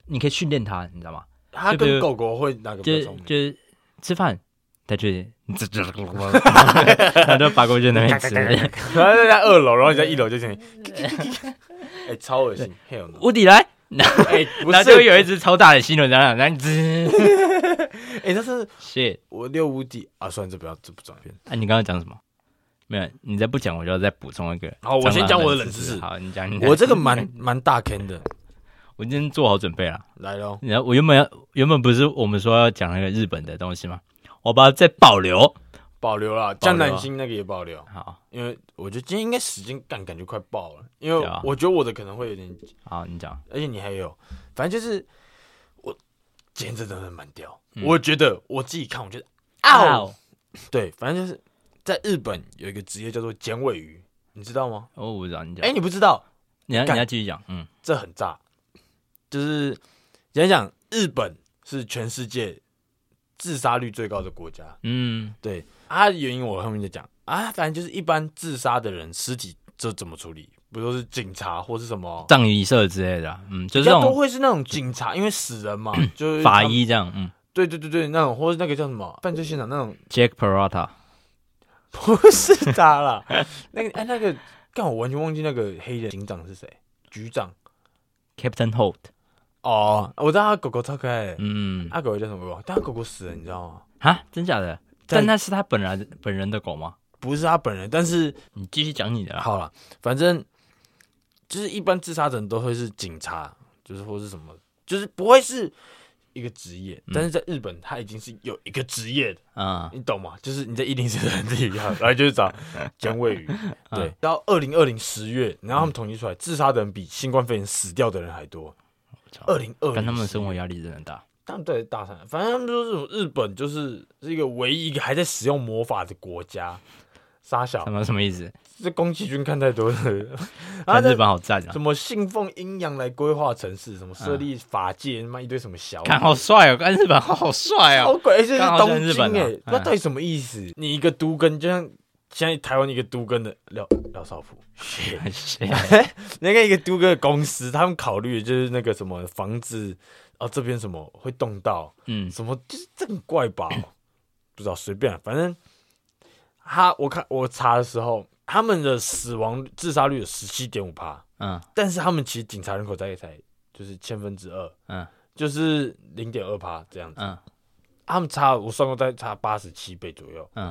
你可以训练它，你知道吗？它就比跟如狗狗会哪个就比较是聪明？就是吃饭，它就 它就拔过去那边吃， 然后在二楼，然后你在一楼就听，哎，超恶心，hell no！无底来， 哎，不，然后就是有一只超大的犀牛蟑螂，然后滋， 哎，但是 shit！我六五底啊，算了，这不要，这不转变。啊，你刚刚讲什么？没有，你再不讲，我就要再补充一个。好我先讲我的冷知识好，你讲。你讲我这个蛮蛮大坑的， 我今天做好准备了。来喽，然后我原本要原本不是我们说要讲那个日本的东西吗？我把它再保留。保留啦，保留江啊南星那个也保留，好，因为我觉得今天应该时间干感觉快爆了，因为对啊我觉得我的可能会有点，好，你讲。而且你还有，反正就是我今天真的蛮屌，嗯我觉得我自己看，我觉得啊，哦，对，反正就是在日本有一个职业叫做剪尾鱼，你知道吗？哦，我知道你讲。哎，你不知道，你要干你要继续讲。嗯，这很炸，就是讲讲日本是全世界自杀率最高的国家，嗯，对啊，原因我后面再讲啊，反正就是一般自杀的人尸体这怎么处理，不都是警察或是什么？葬仪社之类的啊。嗯，就是人家这都种嗯会是那种警察，因为死人嘛，就是他法们，医这样。嗯对对对对，那种或是那个叫什么犯罪现场那种， ，Jack Parata。不是他 啦，那个哎那个，干我完全忘记那个黑人警长是谁，局长 Captain Holt，哦，我知道他狗狗超可爱的，嗯，他狗狗叫什么狗？但他狗狗死了，你知道吗？啊，真假的？在但那是他本来本人的狗吗？不是他本人，但是你继续讲你的啊。好了，反正就是一般自杀者都会是警察，就是或是什么，就是不会是一个职业。但是在日本，他已经是有一个职业的，嗯，你懂吗？就是你在一零四很厉害，然后就是找姜卫宇。嗯对，到二零二零十月，然后他们统计出来，自杀的人比新冠肺炎死掉的人还多。操二零二零，但他们的生活压力真的很大。他们对大三，反正他们说这种日本就是是一个唯一一个还在使用魔法的国家。傻小什，么什么意思？这宫崎骏看太多了，然后但在日本好赞啊嗯什！么信奉阴阳来规划城市，什么设立法界，他妈、一堆什么小看好帅哦，看日本好帅好哦。鬼，而且刚是好东像日京本哎、啊那到底什么意思？你一个都根，就像现在台湾一个都根的廖廖少普， 哎啊那个一个都根的公司，他们考虑的就是那个什么房子，哦这边什么会动到，嗯，什么就是这很怪吧？不知道随便，啊反正他我看我查的时候，他们的死亡自杀率有十七点五趴，嗯但是他们其实警察人口大概才就是千分之二，嗯就是零点二趴这样子。嗯他们差我算过，大概差八十七倍左右，嗯，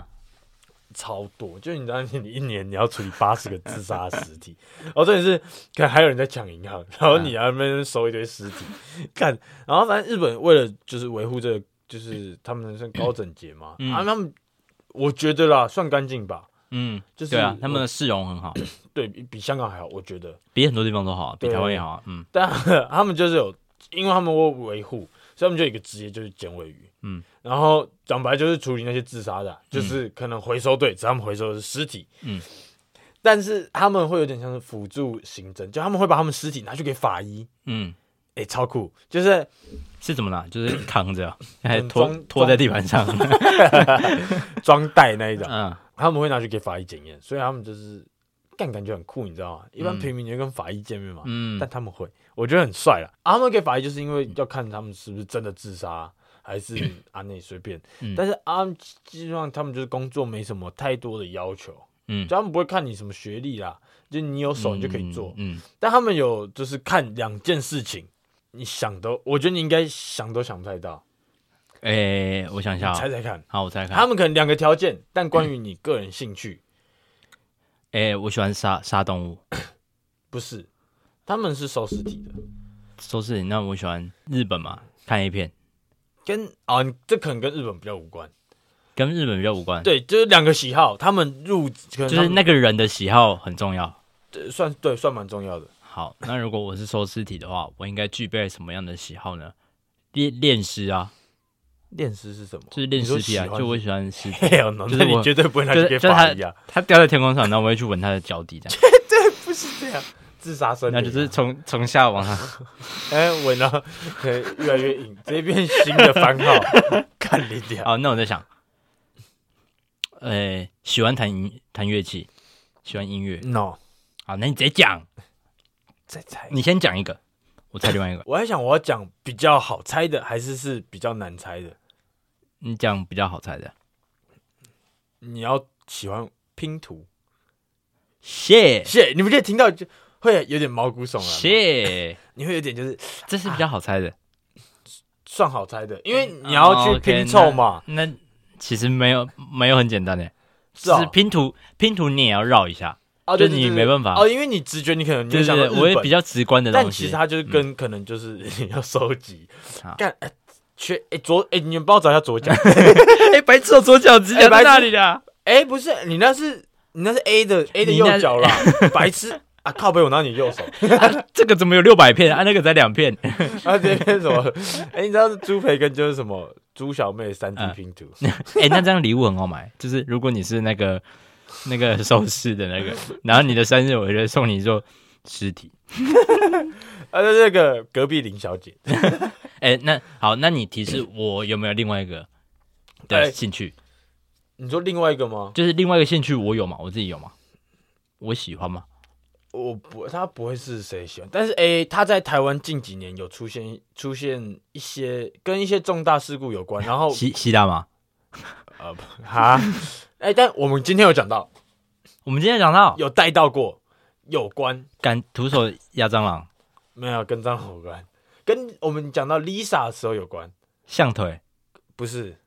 超多。就你知道，你一年你要处理八十个自杀尸 体，然后重点是，看还有人在抢银行，然后你还在那边收一堆尸体，嗯看，然后反正日本为了就是维护这个，就是他们算高整洁嘛，嗯啊，他们我觉得啦，算干净吧，嗯，就是对啊我，他们的市容很好，对比比香港还好，我觉得。比很多地方都好，比对台湾也好啊。嗯，但 他们就是有，因为他们会维护，所以他们就有一个职业就是捡尾鱼。嗯，然后讲白就是处理那些自杀的啊、就是可能回收队，只他们回收的是尸体。嗯，但是他们会有点像是辅助刑侦，就他们会把他们尸体拿去给法医。嗯，哎、超酷！就是是怎么啦？就是扛着，还拖嗯装拖在地板 上。装袋那一种，嗯他们会拿去给法医检验，所以他们就是干感觉很酷，你知道吗？一般嗯平民你会跟法医见面嘛，嗯但他们会，我觉得很帅了。啊他们给法医就是因为要看他们是不是真的自杀， 还是啊那随便。嗯但是啊，基本上他们就是工作没什么太多的要求，嗯就他们不会看你什么学历啦，就你有手你就可以做。嗯，嗯但他们有就是看两件事情，你想都，我觉得你应该想都想不太到。诶、我想一你下啊、猜猜看，好，我猜看。他们可能两个条件，但关于你个人兴趣诶、哎我喜欢杀杀动物，不是，他们是收尸体的，收视频。那我喜欢日本嘛，看 A 片，跟啊你这可能跟日本比较无关。跟日本比较无关。，对，就是两个喜好，他们入可能就是那个人的喜好很重要。个算对算蛮重要的。好，那如果我是收尸体的话，我应该具备什么样的喜好呢？恋恋尸啊，练尸是什么？就是恋尸体啊，就我喜欢尸体， 没有，no，就是那你我绝对不会拿就去是给就是法他医啊，他掉在天空上，然后我会去闻他的脚底，这样，不是这样，自杀生灵啊。那就是从从下往上。哎，闻到对越来越硬，这边新的番 号，看你点。哦，那我在想，呃，喜欢弹音弹乐器，喜欢音乐。 no，好，那你直接讲，再猜。你先讲一个，我猜另外一个。我在想，我要讲比较好猜的，还是是比较难猜的？你讲比较好猜的。你要喜欢拼图， 谢谢你不觉得听到就会有点毛骨悚然吗？谢，你会有点就是这是比较好猜的。算好猜的，因为你要哦去，OK，拼凑嘛。那其实没有没有很简单的，是哦只拼图拼图你也要绕一下。哦，就对对你对没对办法哦，因为你直觉你可能你对会想对到对，我日也本比较直观的但东其西嗯实。它就是跟可能就是 你要收集好，干哎缺哎左哎，你们帮我找一下左脚， 哎，白痴，我左脚指哎白痴 啦？哎不是你那是你那是 A 的 A 的你那右 脚啦，白痴啊靠背我拿你右手，啊这个怎么有六百片啊？那个才两片。 啊这边什么哎你知道朱培根就是什么朱小妹三 D 嗯拼图，哎、那这样礼物很好买，就是如果你是那个那个首饰的那个，然后你的生日，我就会送你做尸体。啊那个隔壁林小姐，哎、那好，那你提示我有没有另外一个哎的兴趣？你说另外一个吗？就是另外一个兴趣我有吗？我自己有吗？我喜欢吗？我不，他不会是谁喜欢，但是诶、他在台湾近几年有出现出现一些跟一些重大事故有关，然后吸吸大麻。呃，不哈，哎、但我们今天有讲到，我们今天讲到有带到过有关，敢徒手压蟑螂、没有跟蟑螂有关，跟我们讲到 Lisa 的时候有关，象腿、不是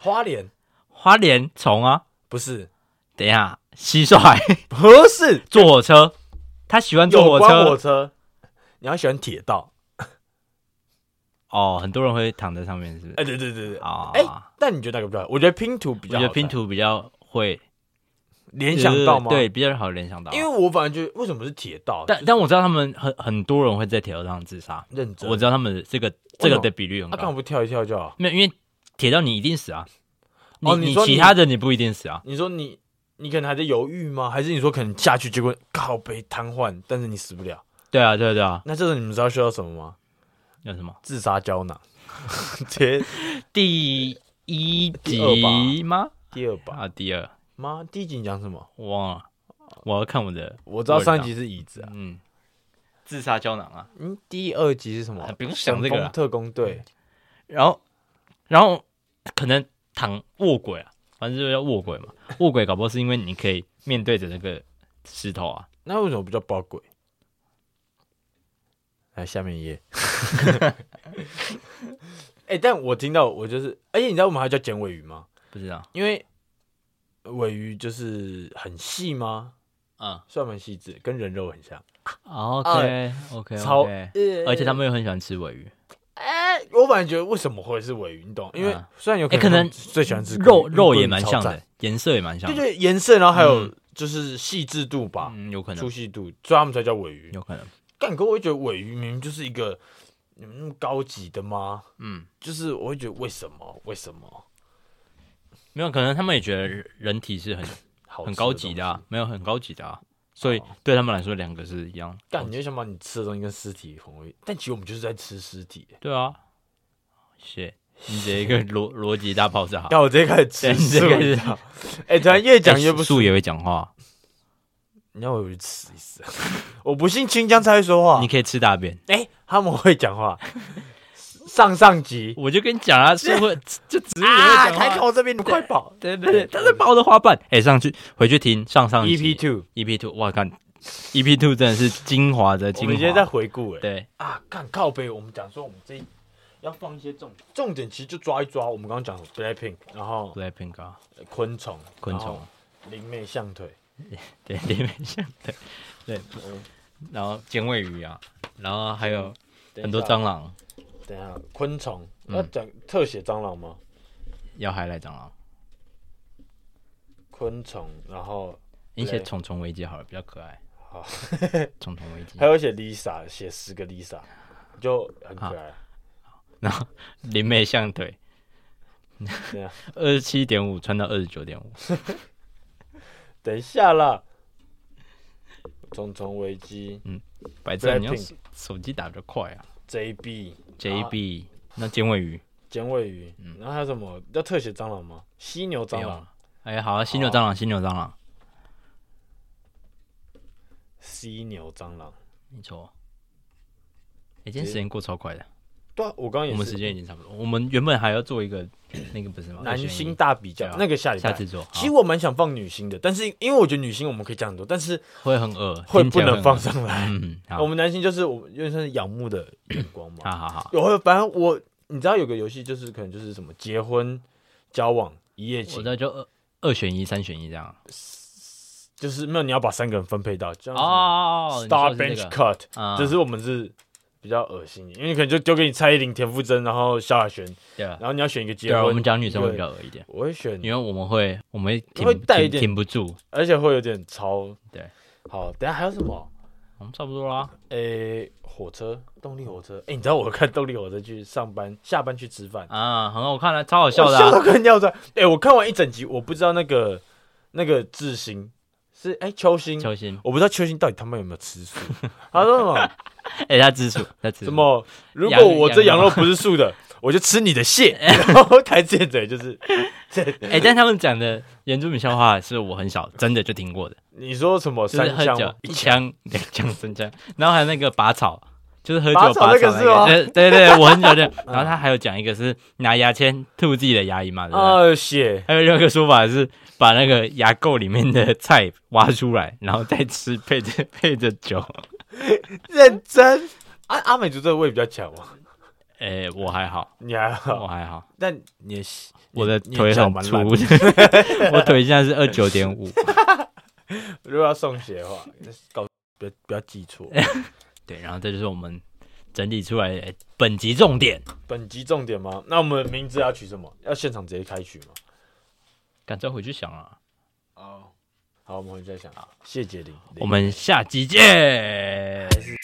花莲，花莲虫啊，不是等一下，蟋蟀 不是坐火车，他喜欢坐有火关火车车，你要喜欢铁道，哦，很多人会躺在上面，是不是？哎、对对对对，啊、哎但你觉得哪个比较好？我觉得拼图比我较觉好猜，得拼图比较会联想到吗？对，，比较好联想到。因为我反正觉得为什么是铁道，但但我知道他们很很多人会在铁道上自杀，认真，啊我知道他们这个这个的比率很他干嘛高。不跳一跳就好？没有，因为铁道你一定死啊，哦你你说你其他的你不一定死啊。你说你你可能还在犹豫吗？还是你说可能下去结果靠背瘫痪，但是你死不了？对啊，对啊，对啊，那这时候你们知道需要什么吗？叫什么？自杀胶囊， 直接第一第二集吗？第二 把。啊，第二，妈，第一集你讲什么？我忘了，我要看我的，我知道上一集是椅子啊，嗯，自杀胶囊啊，嗯，第二集是什么啊？不用想这个神啊风特工队，然后然后可能躺卧轨啊，反正就叫卧轨嘛，卧轨搞不好是因为你可以面对着那个石头啊，那为什么不叫包鬼？来，下面一 页。 哎，但我听到我就是，而且你知道我们还叫剪尾鱼吗？不知道，因为尾鱼就是很细吗？嗯。算蛮细致，跟人肉很像。 OK OK，超，而且他们又很喜欢吃尾鱼，哎，我反正觉得为什么会是尾鱼，你懂？因为嗯虽然有哎可他们能最喜欢吃肉鲑鱼肉鲑鱼也蛮超像赞的，颜色也蛮像对的，对，颜色，然后还有嗯就是细致度吧，嗯，有可粗能，细度，所以他们才叫尾鱼有。可能，但可我会觉得尾鱼明明就是一个你们那么高级的吗？嗯，就是我会觉得为什么为什么没有可能，他们也觉得人体是很好很吃高级东西的啊，没有很高级的啊，所以哦对他们来说两个是一样，哦干，你就想把你吃的东西跟尸体混为，但其实我们就是在吃尸体。欸对啊，谢，你直接一个逻逻辑大爆炸，但我直接开始吃对你直接 素，开你始知道哎，突然越讲越哎不树素也会讲话，你要我去吃一次？ 我不信清江才会说话。你可以吃大便。哎、他们会讲话。上上集我就跟你讲啊，是会 就植物也啊，会 讲开话。口这边你快跑对对对，他在拔我的花瓣。哎，上去回去听上上集！EP E two， EP two，哇看 EP two 真的是精华的我精们今天在华。回顾哎、对，啊，看靠背，我们讲说我们这一要放一些重点，重点其实就抓一抓。我们刚刚讲 Blackpink，然后 Blackpink 啊，昆虫，昆虫，，灵媒象腿，对，里面像对对，哦然后尖尾鱼啊，然后还有很多嗯等一蟑螂，下。等一下，昆虫嗯要讲特写蟑螂吗？要海来蟑螂。昆虫，然后你写对《虫虫危机》好了，比较可爱。好， 虫虫危机还》，有写 Lisa，写十个 Lisa，就很可爱。然后林妹象腿对啊， 二十七点五穿到二十九点五，等一下啦，虫虫危机白痴啊，你用 Blackpink 手机打比较快啊。 JB JB 那尖尾鱼尖尾鱼，然后还有什么要特写蟑螂吗？犀牛嗯没蟑有螂了。哎，好啊，犀牛蟑螂，犀牛蟑螂，犀牛蟑螂。没错。哎，今天时间过超快的，对啊，我刚刚我也们时是间已经差不多。我们原本还要做一个 那个不是吗？男二选一星大比较对啊，那个下礼下拜次做，其实好我蛮想放女星的，但是因为我觉得女星我们可以讲很多，但是会很饿，会听起不来能很放饿。上来。嗯，好我，们男星就是我因为算是仰慕的眼光 嘛。好好好，有，反正我你知道有个游戏就是可能就是什么结婚、交往、一夜我情，这就二二选一、三选一这样。就是没有你要把三个人分配到，这样子哦 Star Bench Cut，啊，只是我们是比较恶心一点，因为可能就丢给你蔡依林、田馥甄，然后萧亚轩，对啊然，后你要选一个结对啊，婚，我们讲女生会一比个较恶一点，我会选因为我们会我们会挺会带一挺点挺不住，而且会有点超。对，好，等一下还有什么？我们差不多啦。诶、火车，动力火车。诶、你知道我看动力火车去上班，下班去吃饭，啊，很好看啊，超好我笑的笑到啊。快尿出来。诶、我看完一整集，我不知道那个那个志兴是诶、秋兴，秋心，我不知道秋兴到底他们有没有吃 素。他说什么？哎，他吃素，他吃什素。么？如羊果我这羊羊肉肉不是素 的，我就吃你的蟹。然后台词嘴就是，这哎，但他们讲的原住民笑话是我很少真的就听过的，你说什么就是三喝香酒吗一枪、两枪、三枪，然后还有那个拔草，就是喝酒拔拔草草那个是吗对对对，我很久就。然后他还有讲一个是拿牙签吐自己的牙龈嘛，对不对？啊，蟹还有另外一个说法是把那个牙垢里面的菜挖出来，然后再吃，配着 配着酒。认真。阿、阿美族这个味比较强嘛，哎、我还好，你还好我，还好，但你的蟹我的你腿脚很蛮粗 烂，我腿现在是二九点五。如果要送鞋的话，搞不要不要记错。对，然后这就是我们整理出来的、哎本集重点。本集重点吗？那我们名字要取什么？要现场直接开取吗？赶再回去想啊，哦，好，我们回去再想。谢杰林，我们下集见。还是。